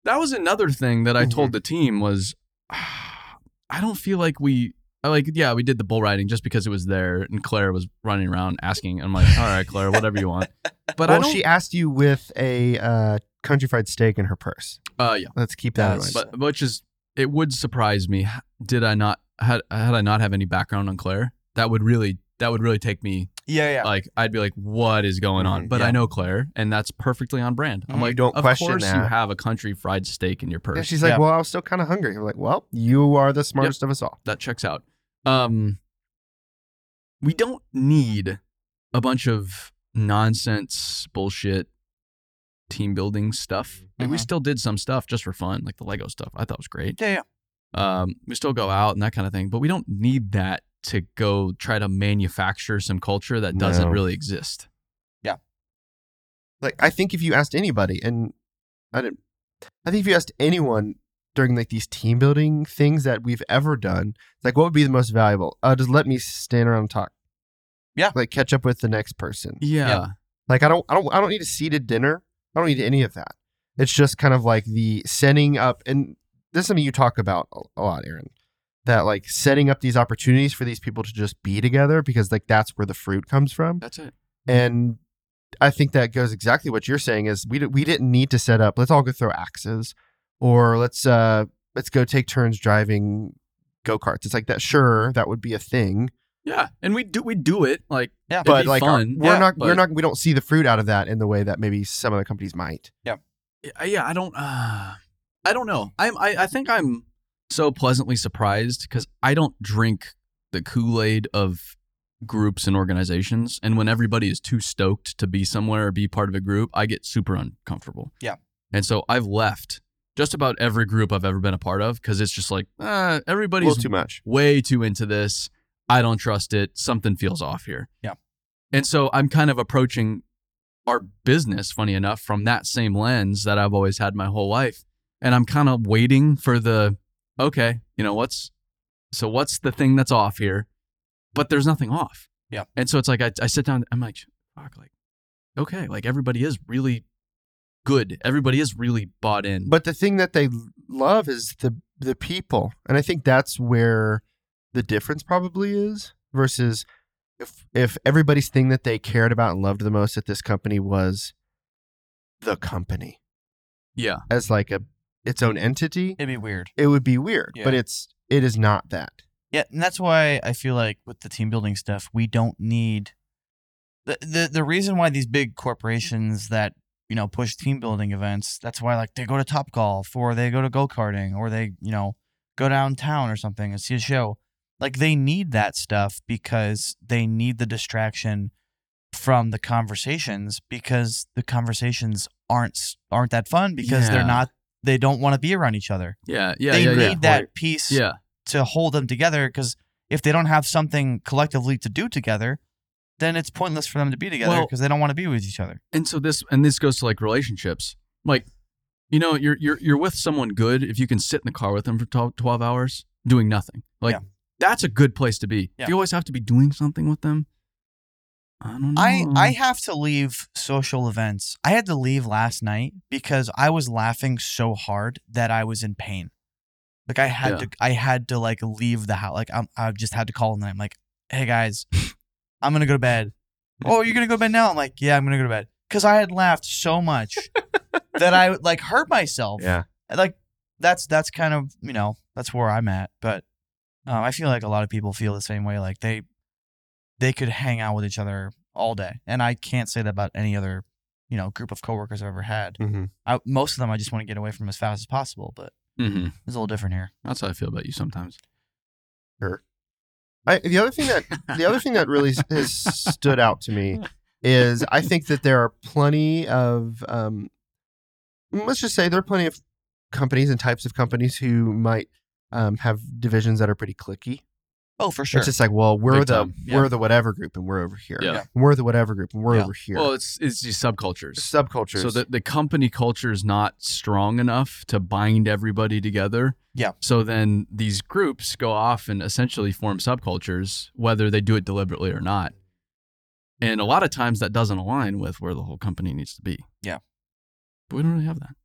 Speaker 1: That was another thing that I
Speaker 3: Mm-hmm.
Speaker 1: told the team was, I don't feel like we. I like yeah, we did the bull riding just because it was there, and Claire was running around asking. I'm like, all right, Claire, whatever you want. But I
Speaker 3: well,
Speaker 1: don't.
Speaker 3: she asked you with a uh, country fried steak in her purse.
Speaker 1: uh, yeah.
Speaker 3: Let's keep that
Speaker 2: That's-
Speaker 3: in mind.
Speaker 1: but which is it would surprise me did i not had had i not have any background on claire that would really that would really take me
Speaker 2: Yeah,
Speaker 3: Uh,
Speaker 2: yeah.
Speaker 1: like i'd be like what is going on
Speaker 3: Mhm,
Speaker 1: but
Speaker 2: yeah.
Speaker 1: i know claire and that's perfectly on brand i'm
Speaker 2: Mhm.
Speaker 1: like
Speaker 3: You don't
Speaker 1: of
Speaker 3: question
Speaker 1: course you
Speaker 3: that."
Speaker 1: have a country fried steak in your purse
Speaker 3: And she's like,
Speaker 2: Yeah.
Speaker 3: "Well, I was still kind of hungry." I'm like, "Well, you are the smartest of us all."
Speaker 1: that checks out um we don't need a bunch of nonsense bullshit team building stuff like we
Speaker 2: Mhm.
Speaker 1: still did some stuff just for fun like the lego stuff i thought was great
Speaker 2: yeah, yeah.
Speaker 1: um, we still go out and that kind of thing, but we don't need that to go try to manufacture some culture that doesn't
Speaker 3: No.
Speaker 1: really exist.
Speaker 3: Like, I think if you asked anybody, and I didn't, I think if you asked anyone during like these team building things that we've ever done, it's like, what would be the most valuable? Uh, just let me stand around and talk.
Speaker 2: Yeah.
Speaker 3: like catch up with the next person.
Speaker 1: Yeah.
Speaker 2: Yeah.
Speaker 3: Like, I don't, I don't, I don't need a seated dinner. I don't need any of that. It's just kind of like the setting up, and this is something you talk about a- a lot, Aaron. That like setting up these opportunities for these people to just be together because like that's where the fruit comes from.
Speaker 1: That's it.
Speaker 3: And I think that goes exactly what you're saying is we, d- we didn't need to set up. Let's all go throw axes or let's uh let's go take turns driving go-karts. It's like that sure that would be a thing,
Speaker 1: Yeah. And we do we do it like
Speaker 2: Yeah.
Speaker 1: it'd
Speaker 3: but
Speaker 1: be
Speaker 3: like
Speaker 1: fun.
Speaker 3: we're
Speaker 2: Yeah,
Speaker 3: not we're
Speaker 1: but-
Speaker 3: not we don't see the fruit out of that in the way that maybe some other companies might.
Speaker 1: I- yeah, I don't uh I don't know. I'm I, I think I'm so pleasantly surprised cuz I don't drink the Kool-Aid of groups and organizations and when everybody is too stoked to be somewhere or be part of a group, I get super uncomfortable.
Speaker 2: Yeah.
Speaker 1: And so I've left just about every group I've ever been a part of cuz it's just like uh,
Speaker 3: A
Speaker 1: everybody's
Speaker 3: little too much.
Speaker 1: way too into this. I don't trust it. Something feels off here.
Speaker 2: Yeah.
Speaker 1: And so I'm kind of approaching our business, funny enough, from that same lens that I've always had my whole life. And I'm kind of waiting for the, okay, you know, what's, so what's the thing that's off here? But there's nothing off.
Speaker 2: Yeah.
Speaker 1: And so it's like, I, I sit down, I'm like, fuck, like, okay, like everybody is really good. Everybody is really bought in.
Speaker 3: But the thing that they love is the the people, and I think that's where the difference probably is versus if if everybody's thing that they cared about and loved the most at this company was the company
Speaker 1: yeah.
Speaker 3: as like a its own entity,
Speaker 2: It'd be weird.
Speaker 3: it would be weird.
Speaker 2: Yeah.
Speaker 3: But it's it is not that.
Speaker 2: Yeah, and that's why I feel like with the team building stuff, we don't need the the, the reason why these big corporations that you know push team building events. That's why like they go to Top Golf or they go to go karting or they you know go downtown or something and see a show. Like they need that stuff because they need the distraction from the conversations because the conversations aren't s- aren't that fun because
Speaker 1: Yeah.
Speaker 2: they're not they don't want to be around each other.
Speaker 1: Yeah. Yeah.
Speaker 2: they
Speaker 1: yeah,
Speaker 2: need
Speaker 1: yeah.
Speaker 2: that piece
Speaker 1: Yeah.
Speaker 2: to hold them together because if they don't have something collectively to do together, then it's pointless for them to be together
Speaker 1: Well-
Speaker 2: because they don't want to be with each other.
Speaker 1: and so this and this goes to like relationships like you know you're you're you're with someone good if you can sit in the car with them for 12, 12 hours doing nothing like
Speaker 2: Yeah.
Speaker 1: that's a good place to be
Speaker 2: Yeah.
Speaker 1: if you always have to be doing something with them i don't know
Speaker 2: I, I have to leave social events. I had to leave last night because I was laughing so hard that I was in pain. Like I had
Speaker 1: Yeah.
Speaker 2: to I had to like leave the house. Like I'm, I just had to call and I'm like, hey guys, I'm gonna go to bed. oh, you're gonna go to bed now? I'm like, yeah, I'm gonna go to bed because I had laughed so much that I like hurt myself.
Speaker 3: Yeah.
Speaker 2: like that's that's kind of you know that's where I'm at. But um, I feel like a lot of people feel the same way. Like they they could hang out with each other all day, and I can't say that about any other you know group of coworkers I've ever had.
Speaker 3: Mm-hmm.
Speaker 2: I, most of them I just want to get away from as fast as possible, but
Speaker 1: Mhm.
Speaker 2: it's a little different here.
Speaker 1: that's how i feel about you sometimes
Speaker 3: I, the other thing that the other thing that really has stood out to me is I think that there are plenty of um, let's just say there are plenty of companies and types of companies who might um, have divisions that are pretty clicky
Speaker 2: Oh, for sure.
Speaker 3: It's just like, well, we're
Speaker 1: Big
Speaker 3: the
Speaker 1: time. Yeah.
Speaker 3: we're the whatever group and we're over here.
Speaker 1: Yeah.
Speaker 2: Yeah.
Speaker 3: We're the whatever group and we're
Speaker 2: Yeah.
Speaker 3: over here.
Speaker 1: Well, it's it's these subcultures.
Speaker 3: subcultures.
Speaker 1: So the, the company culture is not strong enough to bind everybody together.
Speaker 2: Yeah.
Speaker 1: So then these groups go off and essentially form subcultures, whether they do it deliberately or not. And a lot of times that doesn't align with where the whole company needs to be.
Speaker 2: Yeah.
Speaker 1: But we don't really have that.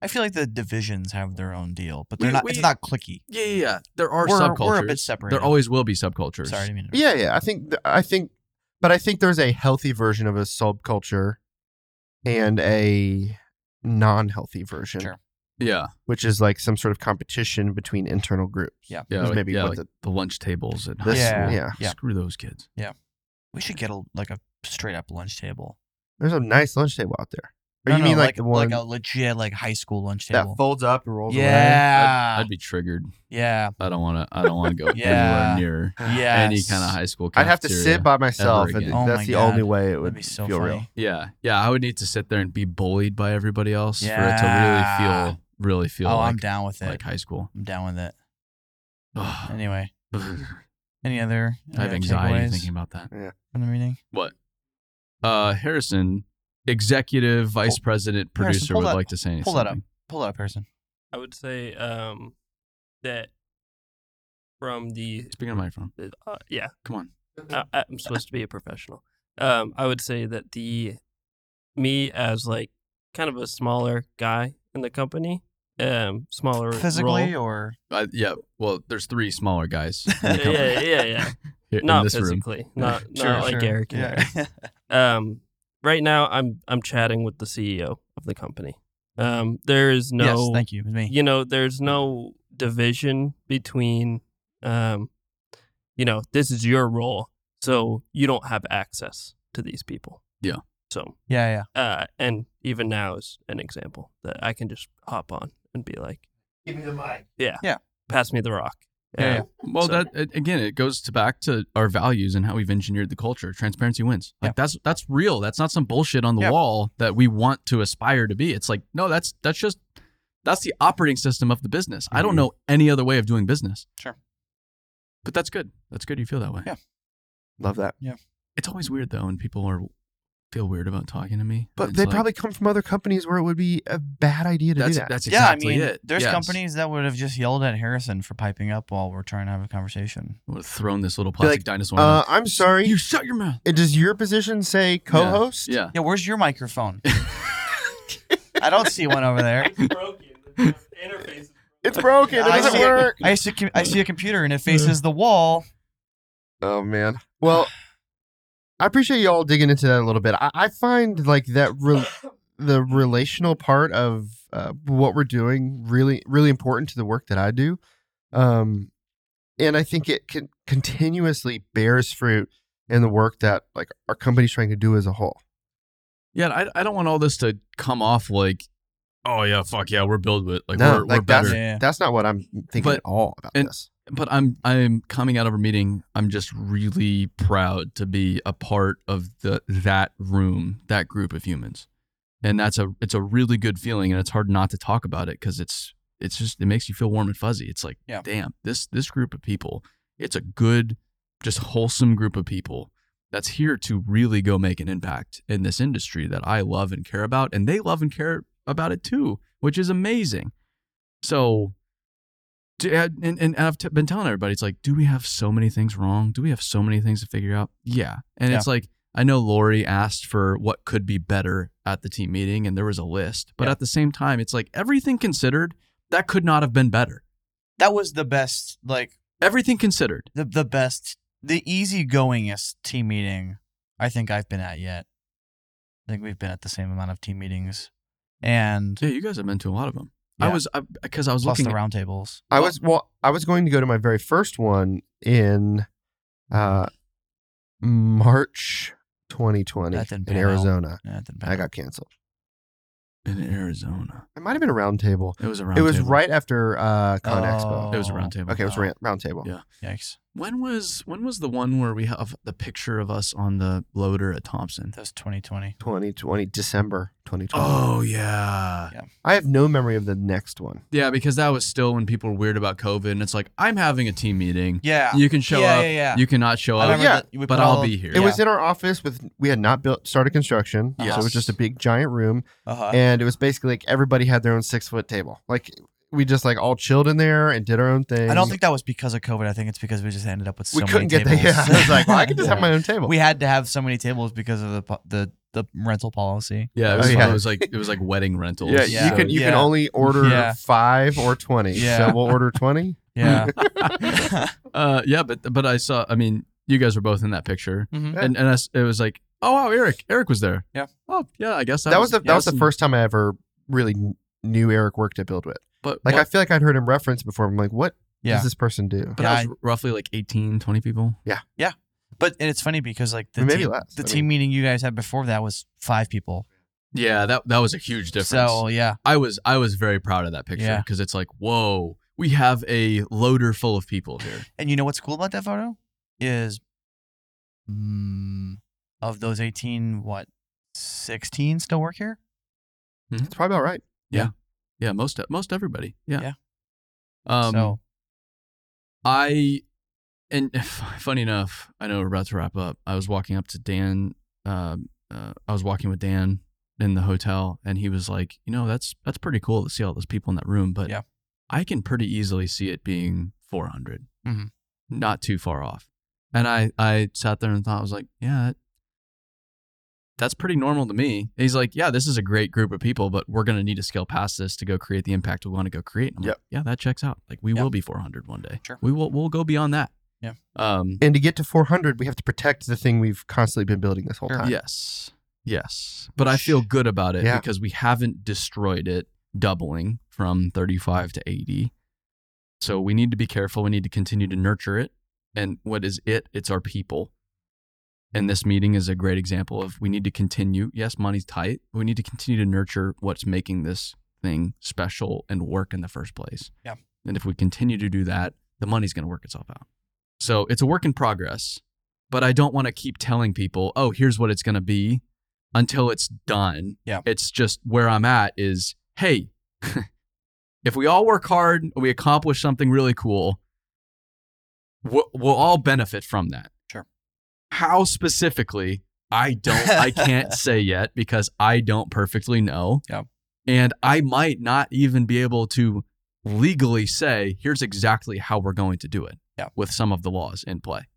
Speaker 2: I feel like the divisions have their own deal, but they're
Speaker 1: We-
Speaker 2: not.
Speaker 1: we-
Speaker 2: it's not clicky.
Speaker 1: Yeah, yeah, yeah. There are
Speaker 2: we're,
Speaker 1: subcultures.
Speaker 2: we're a bit separated.
Speaker 1: there always will be subcultures.
Speaker 2: Sorry, I didn't mean. to-
Speaker 3: yeah, yeah. I think th- I think, but I think there's a healthy version of a subculture, and a non-healthy version,
Speaker 2: Sure.
Speaker 1: Yeah.
Speaker 3: which is like some sort of competition between internal groups.
Speaker 2: Yeah.
Speaker 1: Yeah.
Speaker 3: Is
Speaker 1: like-
Speaker 3: maybe
Speaker 1: yeah,
Speaker 3: what
Speaker 1: like
Speaker 3: the-
Speaker 1: the, lunch tables at high
Speaker 3: This,
Speaker 2: Yeah.
Speaker 3: yeah.
Speaker 1: school.
Speaker 2: Yeah.
Speaker 1: Screw those kids.
Speaker 2: We should get a like a straight up lunch table.
Speaker 3: There's a nice lunch table out there. Or
Speaker 2: No,
Speaker 3: you
Speaker 2: no,
Speaker 3: mean like, the one
Speaker 2: like a legit like high school lunch
Speaker 3: that
Speaker 2: table?
Speaker 3: folds up and rolls
Speaker 2: yeah,
Speaker 1: I'd be triggered.
Speaker 2: yeah,
Speaker 1: I don't want to. I don't want to go
Speaker 2: Yeah.
Speaker 1: anywhere near
Speaker 3: away.
Speaker 2: yeah.
Speaker 1: any kind of high school.
Speaker 3: I'd have to
Speaker 1: cafeteria.
Speaker 3: sit by myself, and
Speaker 1: again.
Speaker 2: Oh my
Speaker 3: that's the
Speaker 2: God.
Speaker 3: only way it
Speaker 2: That'd
Speaker 3: would
Speaker 2: be so
Speaker 3: feel
Speaker 2: funny.
Speaker 3: real.
Speaker 1: Yeah, yeah. I would need to sit there and be bullied by everybody else for it to
Speaker 2: Yeah.
Speaker 1: really feel, really feel
Speaker 2: oh,
Speaker 1: like,
Speaker 2: I'm down with it.
Speaker 1: like high school.
Speaker 2: I'm down with it.
Speaker 1: Ugh.
Speaker 2: Anyway,
Speaker 1: I
Speaker 2: any other? any
Speaker 1: have
Speaker 2: other
Speaker 1: anxiety
Speaker 2: takeaways
Speaker 1: thinking about that.
Speaker 2: from the meeting.
Speaker 1: What? Uh, Harrison, executive vice
Speaker 2: Pull-
Speaker 1: president
Speaker 2: Harrison,
Speaker 1: producer,
Speaker 2: pull
Speaker 1: would
Speaker 2: that-
Speaker 1: like to say anything.
Speaker 2: pull that up. Pull up, person.
Speaker 4: I would say um, that from the
Speaker 1: Speaking of microphone,
Speaker 4: uh, yeah,
Speaker 1: come on.
Speaker 4: I, I'm supposed to be a professional. Um, I would say that the me as like kind of a smaller guy in the company, um, smaller
Speaker 2: Physically
Speaker 4: role.
Speaker 2: or
Speaker 1: Uh, yeah. Well, there's three smaller guys. in
Speaker 4: yeah,
Speaker 1: the company
Speaker 4: yeah, yeah, yeah.
Speaker 1: here- in
Speaker 4: not
Speaker 1: this room.
Speaker 4: physically, not
Speaker 2: Sure,
Speaker 4: not like
Speaker 2: sure.
Speaker 4: Eric. and
Speaker 2: Yeah.
Speaker 4: Eric. Um, right now I'm I'm chatting with the CEO of the company. Um, there is no
Speaker 2: Yes, thank you. It's me.
Speaker 4: you know there's no division between um you know this is your role so you don't have access to these people
Speaker 1: Yeah.
Speaker 4: so
Speaker 2: Yeah, yeah.
Speaker 4: uh and even now is an example that i can just hop on and be like
Speaker 3: Give me the mic.
Speaker 4: yeah
Speaker 2: Yeah.
Speaker 4: pass me the rock
Speaker 2: Yeah, yeah.
Speaker 1: Well,
Speaker 4: So-
Speaker 1: that a- again, it goes to back to our values and how we've engineered the culture. Transparency wins. Like
Speaker 2: Yeah.
Speaker 1: that's that's real. That's not some bullshit on the
Speaker 2: Yeah.
Speaker 1: wall that we want to aspire to be. It's like no, that's that's just that's the operating system of the business. I don't
Speaker 3: Mhm.
Speaker 1: know any other way of doing business.
Speaker 2: Sure.
Speaker 1: But that's good. That's good. You feel that way.
Speaker 2: Yeah.
Speaker 3: Love that.
Speaker 1: It's always weird though when people are feel weird about talking to me.
Speaker 3: But
Speaker 1: It's
Speaker 3: they
Speaker 1: like,
Speaker 3: probably come from other companies where it would be a bad idea to
Speaker 1: that's
Speaker 3: do that.
Speaker 1: that's
Speaker 2: Yeah, I
Speaker 1: exactly
Speaker 2: mean,
Speaker 1: it.
Speaker 2: there's
Speaker 1: Yes.
Speaker 2: companies that would have just yelled at Harrison for piping up while we're trying to have a conversation.
Speaker 1: I would've thrown this little
Speaker 3: like,
Speaker 1: plastic dinosaur. in
Speaker 3: uh, I'm
Speaker 1: there.
Speaker 3: sorry.
Speaker 1: you shut your mouth.
Speaker 3: Uh, Does your position say co-host?
Speaker 1: Yeah.
Speaker 2: Yeah, where's your microphone? I don't see one over there.
Speaker 3: It's broken. It
Speaker 2: I
Speaker 3: doesn't
Speaker 2: see it.
Speaker 3: work.
Speaker 2: I see, com- I see a computer and it faces the wall.
Speaker 3: Oh man. Well, I appreciate you all digging into that a little bit. I, I find like that re- the relational part of uh, what we're doing really really important to the work that I do, um, and I think it can continuously bears fruit in the work that like our company's trying to do as a whole.
Speaker 1: Yeah, I, I don't want all this to come off like, oh yeah, fuck yeah, we're built with like
Speaker 3: No,
Speaker 1: we're,
Speaker 3: like,
Speaker 1: we're
Speaker 3: that's-
Speaker 1: better.
Speaker 2: Yeah, yeah.
Speaker 3: That's not what I'm thinking
Speaker 1: But-
Speaker 3: at all about
Speaker 1: and-
Speaker 3: this.
Speaker 1: But I'm I'm coming out of a meeting. I'm just really proud to be a part of the that room, that group of humans, and that's a it's a really good feeling, and it's hard not to talk about it because it's it's just it makes you feel warm and fuzzy. It's like,
Speaker 2: Yeah.
Speaker 1: damn, this this group of people, it's a good, just wholesome group of people that's here to really go make an impact in this industry that I love and care about, and they love and care about it too, which is amazing. So do- and, uh, and and I've t- been telling everybody, it's like, do we have so many things wrong? Do we have so many things to figure out? Yeah. And it's like, I know Lori asked for what could be better at the team meeting, and there was a list. But
Speaker 2: Yeah.
Speaker 1: at the same time, it's like everything considered, that could not have been better.
Speaker 2: That was the best, like
Speaker 1: Everything considered.
Speaker 2: the the best, the easygoingest team meeting I think I've been at yet. I think we've been at the same amount of team meetings, and
Speaker 1: Yeah, you guys have been to a lot of them. I
Speaker 2: Yeah.
Speaker 1: was because I, was
Speaker 2: plus the
Speaker 1: looking.
Speaker 2: roundtables.
Speaker 3: I was well. I was going to go to my very first one in uh, March 2020
Speaker 2: That didn't
Speaker 3: in
Speaker 2: pan out.
Speaker 3: Arizona.
Speaker 2: Yeah, it didn't
Speaker 3: I
Speaker 2: matter.
Speaker 3: got canceled.
Speaker 1: in Arizona.
Speaker 3: It might have been a round table.
Speaker 1: It was a round
Speaker 3: it was
Speaker 1: table.
Speaker 3: right after uh, Con Expo.
Speaker 1: It was a round table.
Speaker 3: Okay, it was
Speaker 2: Oh.
Speaker 3: round, round table.
Speaker 1: Yeah.
Speaker 2: Yikes!
Speaker 1: When was when was the one where we have the picture of us on the loader at Thompson?
Speaker 2: That's 2020.
Speaker 3: 2020 December 2020.
Speaker 1: Oh yeah.
Speaker 3: I have no memory of the next one.
Speaker 1: Yeah, because that was still when people were weird about COVID and it's like I'm having a team meeting.
Speaker 2: Yeah.
Speaker 1: You can show
Speaker 2: yeah,
Speaker 1: up,
Speaker 2: Yeah, yeah.
Speaker 1: you cannot show
Speaker 2: I
Speaker 1: up.
Speaker 2: remember
Speaker 3: yeah,
Speaker 2: that we
Speaker 1: but
Speaker 2: put
Speaker 1: I'll
Speaker 2: all-
Speaker 1: be here.
Speaker 3: It was
Speaker 2: Yeah.
Speaker 3: in our office with we had not built started construction, so it was
Speaker 2: Yes.
Speaker 3: just a big giant room,
Speaker 2: Uh-huh.
Speaker 3: and it was basically like everybody had their own six foot table. Like we just like all chilled in there and did our own thing.
Speaker 2: I don't think that was because of COVID. I think it's because we just ended up with so
Speaker 3: we
Speaker 2: many
Speaker 3: couldn't get
Speaker 2: tables.
Speaker 3: that. Yeah, I was like, well, I could just have
Speaker 1: Yeah.
Speaker 3: my own table.
Speaker 2: we had to have so many tables because of the po- the the rental policy.
Speaker 1: Yeah, it was,
Speaker 3: Oh, yeah.
Speaker 1: it was like it was like wedding rentals.
Speaker 3: yeah,
Speaker 2: yeah.
Speaker 3: you can you can
Speaker 2: Yeah.
Speaker 3: only order
Speaker 2: Yeah.
Speaker 3: five or twenty.
Speaker 2: Yeah.
Speaker 3: So we'll order twenty.
Speaker 2: Yeah.
Speaker 1: uh, yeah, but but I saw. I mean, you guys were both in that picture,
Speaker 2: Mhm.
Speaker 1: and and I s it was like, oh wow, Eric, Eric was there.
Speaker 2: Yeah.
Speaker 1: Oh yeah, I guess that,
Speaker 3: That, was the that
Speaker 1: yeah,
Speaker 3: was the
Speaker 1: some-
Speaker 3: first time I ever really kn- knew Eric worked at Build With.
Speaker 1: But
Speaker 3: Like
Speaker 1: what-
Speaker 3: I feel like I'd heard him referenced before. I'm like, what
Speaker 2: Yeah.
Speaker 3: does this person do?
Speaker 1: but
Speaker 2: yeah,
Speaker 1: I was roughly like 18, 20 people.
Speaker 2: But and it's funny because like the
Speaker 3: Maybe
Speaker 2: team,
Speaker 3: less.
Speaker 2: the
Speaker 3: I
Speaker 2: team meeting you guys had before that was five people.
Speaker 1: Yeah, that that was a huge difference.
Speaker 2: So yeah,
Speaker 1: I was I was very proud of that picture
Speaker 2: Yeah.
Speaker 1: because it's like, whoa, we have a loader full of people here.
Speaker 2: and you know what's cool about that photo is, mm, of those eighteen, what sixteen still work here?
Speaker 3: It's probably all right.
Speaker 1: Yeah, most most everybody. Yeah.
Speaker 2: Yeah.
Speaker 1: Um,
Speaker 2: so
Speaker 1: I and funny enough, I know we're about to wrap up. I was walking up to Dan. Uh, uh, I was walking with Dan in the hotel, and he was like, "You know, that's that's pretty cool to see all those people in that room, but
Speaker 2: Yeah.
Speaker 1: I can pretty easily see it being 400,
Speaker 2: Mhm.
Speaker 1: not too far off." And I I sat there and thought, I was like, "Yeah." that- That's pretty normal to me. And he's like, "Yeah, this is a great group of people, but we're gonna need to scale past this to go create the impact we want to go create." And I'm like, "Yeah, that checks out. Like, we
Speaker 2: Yep.
Speaker 1: will be 400 one day.
Speaker 2: Sure.
Speaker 1: We will we'll go beyond that."
Speaker 2: Yeah.
Speaker 1: Um.
Speaker 3: And to get to 400, we have to protect the thing we've constantly been building this whole
Speaker 2: Sure.
Speaker 3: time.
Speaker 1: Yes. Yes. But I feel good about it
Speaker 3: Yeah.
Speaker 1: because we haven't destroyed it doubling from 35 to 80. So we need to be careful. We need to continue to nurture it. And what is it? It's our people. And this meeting is a great example of we need to continue. Yes, money's tight. But we need to continue to nurture what's making this thing special and work in the first place.
Speaker 2: Yeah.
Speaker 1: And if we continue to do that, the money's going to work itself out. So it's a work in progress, but I don't want to keep telling people, oh, here's what it's going to be until it's done.
Speaker 2: Yeah.
Speaker 1: It's just where I'm at is, hey, if we all work hard, and we accomplish something really cool, we'll, we'll all benefit from that.
Speaker 2: Sure.
Speaker 1: How specifically, I don't, I can't say yet because I don't perfectly know.
Speaker 2: Yeah.
Speaker 1: And I might not even be able to legally say, here's exactly how we're going to do it
Speaker 2: Yeah.
Speaker 1: with some of the laws in play.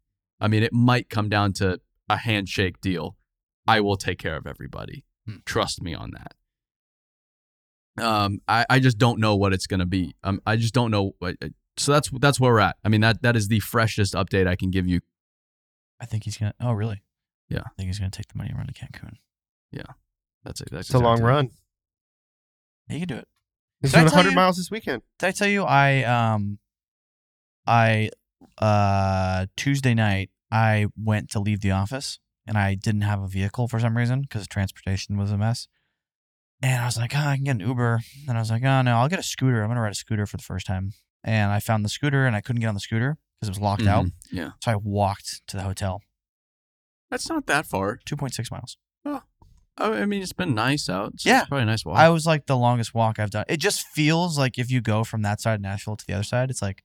Speaker 1: I mean, it might come down to a handshake deal. I will take care of everybody.
Speaker 2: Hmm.
Speaker 1: Trust me on that. Um, I, I just don't know what it's going to be. Um, I just don't know. what- So that's that's where we're at. I mean, that that is the freshest update I can give you.
Speaker 2: I think he's gonna. Oh really?
Speaker 1: Yeah.
Speaker 2: I think he's gonna take the money and run to Cancun.
Speaker 1: That's it. That's
Speaker 3: It's a long
Speaker 1: exactly-
Speaker 3: run.
Speaker 2: He can do it.
Speaker 3: He's
Speaker 2: Did I
Speaker 3: doing
Speaker 2: tell
Speaker 3: 100
Speaker 2: you-
Speaker 3: miles this weekend.
Speaker 2: Did I tell you I um I uh Tuesday night I went to leave the office and I didn't have a vehicle for some reason because transportation was a mess. And I was like, oh, I can get an Uber. And I was like, oh no, I'll get a scooter. I'm gonna ride a scooter for the first time. And I found the scooter and I couldn't get on the scooter because it was locked out.
Speaker 1: Mhm. Yeah,
Speaker 2: So I walked to the hotel,
Speaker 1: that's not that far.
Speaker 2: two point six miles.
Speaker 1: I I mean, it's been nice out. So
Speaker 2: Yeah.
Speaker 1: it's probably a nice walk.
Speaker 2: I was like the longest walk I've done. It just feels like if you go from that side of Nashville to the other side, it's like,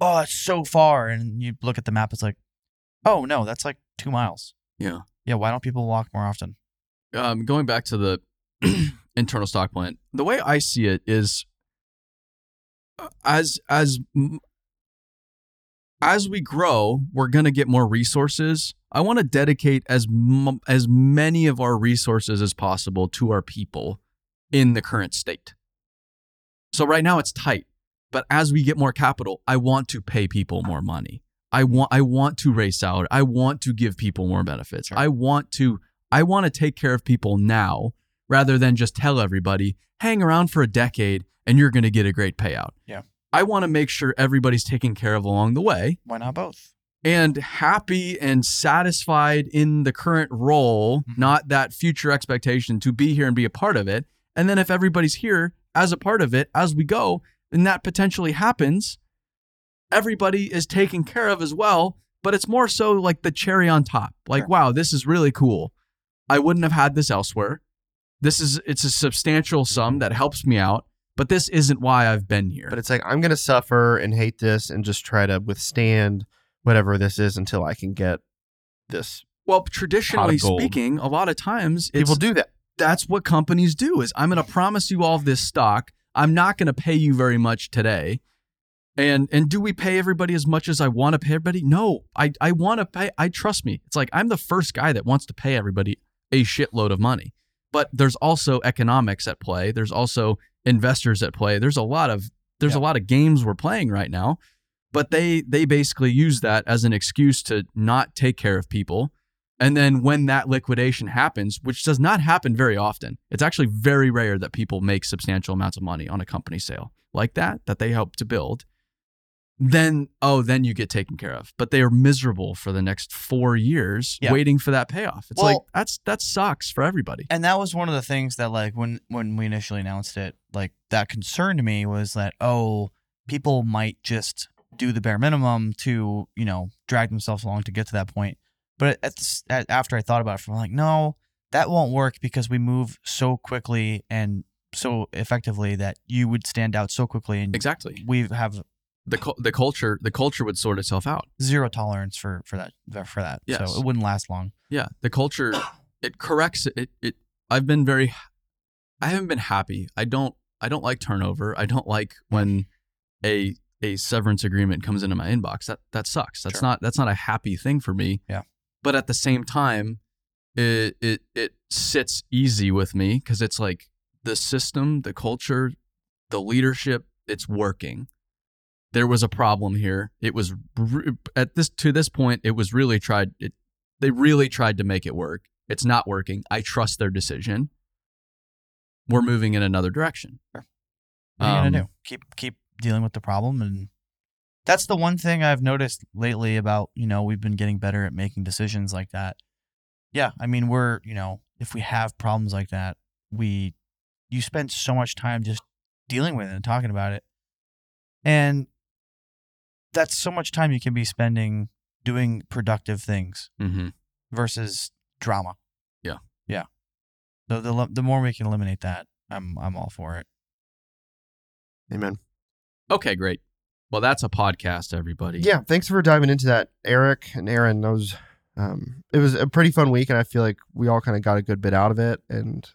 Speaker 2: oh, it's so far. And you look at the map, it's like, oh no, that's like two miles.
Speaker 1: Yeah.
Speaker 2: Yeah. Why don't people walk more often?
Speaker 1: um, going back to the internal stock plan, the way I see it is uh, as as m- as we grow, we're going to get more resources. I want to dedicate as m- as many of our resources as possible to our people in the current state. So right now it's tight, but as we get more capital, I want to pay people more money. I want I want to raise salary. I want to give people more benefits.
Speaker 2: Sure.
Speaker 1: I want to I want to take care of people now rather than just tell everybody, hang around for a decade and you're going to get a great payout.
Speaker 2: Yeah.
Speaker 1: I want to make sure everybody's taken care of along the way
Speaker 2: Why not both?
Speaker 1: and happy and satisfied in the current role,
Speaker 3: Mm-hmm.
Speaker 2: Mhm.
Speaker 1: not that future expectation to be here and be a part of it. And then if everybody's here as a part of it as we go, and that potentially happens, everybody is taken care of as well, but it's more so like the cherry on top. Like,
Speaker 2: Sure.
Speaker 1: wow, this is really cool. I wouldn't have had this elsewhere. This is it's a substantial
Speaker 3: Mm-hmm.
Speaker 1: sum that helps me out, but this isn't why I've been here.
Speaker 3: But it's like I'm gonna suffer and hate this and just try to withstand whatever this is until I can get this.
Speaker 1: well, traditionally
Speaker 5: gold.
Speaker 1: speaking, a lot of times it's,
Speaker 3: People do that.
Speaker 1: that's what companies do is I'm going to promise you all this stock. I'm not going to pay you very much today. And and do we pay everybody as much as I want to pay everybody? No. I I want to pay I trust me. It's like I'm the first guy that wants to pay everybody a shitload of money. But there's also economics at play. There's also investors at play. There's a lot of there's a lot of games we're playing right now. But they they basically use that as an excuse to not take care of people. And then when that liquidation happens, which does not happen very often, it's actually very rare that people make substantial amounts of money on a company sale like that, that they helped to build. Then, oh, then you get taken care of. But they are miserable for the next four years
Speaker 2: Yeah.
Speaker 1: waiting for that payoff. It's
Speaker 2: Well-
Speaker 1: like, that's that sucks for everybody.
Speaker 2: and that was one of the things that like when when we initially announced it like that concerned me was that oh people might just do the bare minimum to you know drag themselves along to get to that point but at, the s- at, after i thought about it i'm like no that won't work because we move so quickly and so effectively that you would stand out so quickly and
Speaker 1: Exactly.
Speaker 2: we have
Speaker 1: The, cul the culture, the culture would sort itself out.
Speaker 2: zero tolerance for for that for that
Speaker 1: Yes.
Speaker 2: so it wouldn't last long
Speaker 1: Yeah, the culture it corrects it. it. It I've been very I haven't been happy. I don't I don't like turnover. I don't like when a a severance agreement comes into my inbox. That that sucks. That's
Speaker 2: Sure.
Speaker 1: not that's not a happy thing for me.
Speaker 2: Yeah.
Speaker 1: But at the same time, it it it sits easy with me cuz it's like the system, the culture, the leadership, it's working. There was a problem here. It was re- at this to this point it was really tried it they really tried to make it work. It's not working. I trust their decision. We're moving in another direction.
Speaker 2: What are you gonna
Speaker 1: Um,
Speaker 2: do? Keep keep dealing with the problem, and that's the one thing I've noticed lately about you know we've been getting better at making decisions like that. Yeah, I mean we're you know if we have problems like that, we you spend so much time just dealing with it and talking about it, and that's so much time you can be spending doing productive things
Speaker 1: Mm-hmm.
Speaker 2: versus drama.
Speaker 1: Yeah.
Speaker 2: yeah. So the le- the more we can eliminate that, I'm I'm all for it.
Speaker 3: Amen.
Speaker 1: Okay, great. Well, that's a podcast, everybody.
Speaker 3: Yeah, thanks for diving into that, Eric and Aaron. That was, um, it was a pretty fun week, and I feel like we all kind of got a good bit out of it. And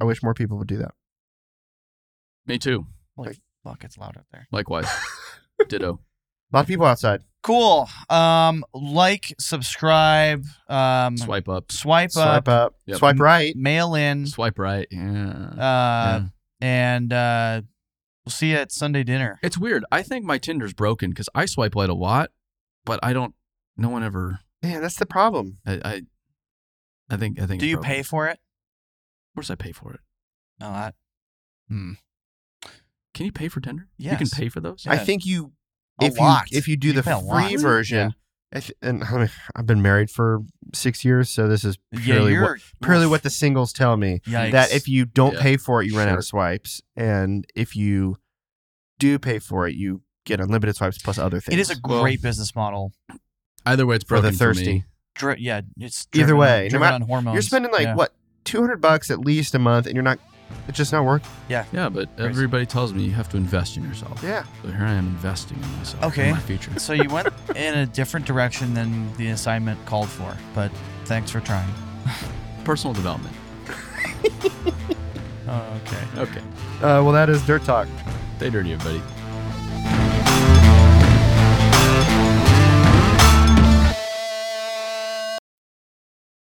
Speaker 3: I wish more people would do that.
Speaker 1: Me too.
Speaker 2: Holy fuck, it's loud out there.
Speaker 1: Likewise. Ditto.
Speaker 3: A lot of people outside.
Speaker 2: Cool. Um, like, subscribe, um,
Speaker 1: Swipe up.
Speaker 2: swipe, up,
Speaker 3: Swipe up,
Speaker 1: Yep.
Speaker 3: swipe right.
Speaker 2: mail in,
Speaker 1: Swipe right. Yeah.
Speaker 2: uh,
Speaker 1: Yeah.
Speaker 2: and uh, we'll see you at Sunday dinner.
Speaker 1: It's weird. I think my Tinder's broken because I swipe right a lot, but I don't. No one ever.
Speaker 3: Man, that's the problem.
Speaker 1: I. I, I think. I think.
Speaker 2: Do
Speaker 1: it's
Speaker 2: you
Speaker 1: broken.
Speaker 2: pay for it?
Speaker 1: Of course, I pay for it.
Speaker 2: No, I,
Speaker 1: Can you pay for Tinder? You can
Speaker 2: Yes.
Speaker 1: pay for those.
Speaker 3: I
Speaker 2: Yeah.
Speaker 3: think you
Speaker 2: a
Speaker 3: if
Speaker 2: lot.
Speaker 3: you if you do the
Speaker 2: pay a lot.
Speaker 3: free version. I th- and I mean, I've been married for six years, so this is
Speaker 2: Yeah,
Speaker 3: purely
Speaker 2: you're
Speaker 3: what, purely what the singles tell me.
Speaker 2: Yikes.
Speaker 3: That if you don't
Speaker 1: Yeah,
Speaker 3: pay for it, you run out
Speaker 1: sure.
Speaker 3: of swipes, and if you do pay for it, you get unlimited swipes plus other things.
Speaker 2: it is a
Speaker 1: Well,
Speaker 2: great business model.
Speaker 1: Either way, it's
Speaker 3: for
Speaker 1: broken
Speaker 3: the
Speaker 1: For
Speaker 3: thirsty.
Speaker 1: me.
Speaker 2: Dri- yeah, it's
Speaker 3: Either
Speaker 2: driven-
Speaker 3: way, no
Speaker 2: driven
Speaker 3: matter-
Speaker 2: on hormones.
Speaker 3: You're spending like
Speaker 2: Yeah.
Speaker 3: what two hundred bucks at least a month, and you're not. It's just not working.
Speaker 1: Yeah, but everybody tells me you have to invest in yourself.
Speaker 3: Yeah.
Speaker 1: So here I am investing in myself.
Speaker 2: Okay.
Speaker 1: In my future.
Speaker 2: So you went in a different direction than the assignment called for, but thanks for trying.
Speaker 1: Personal development.
Speaker 2: Oh, okay.
Speaker 1: Okay.
Speaker 3: Oh, Uh, well, that is dirt talk.
Speaker 1: Stay dirty, everybody.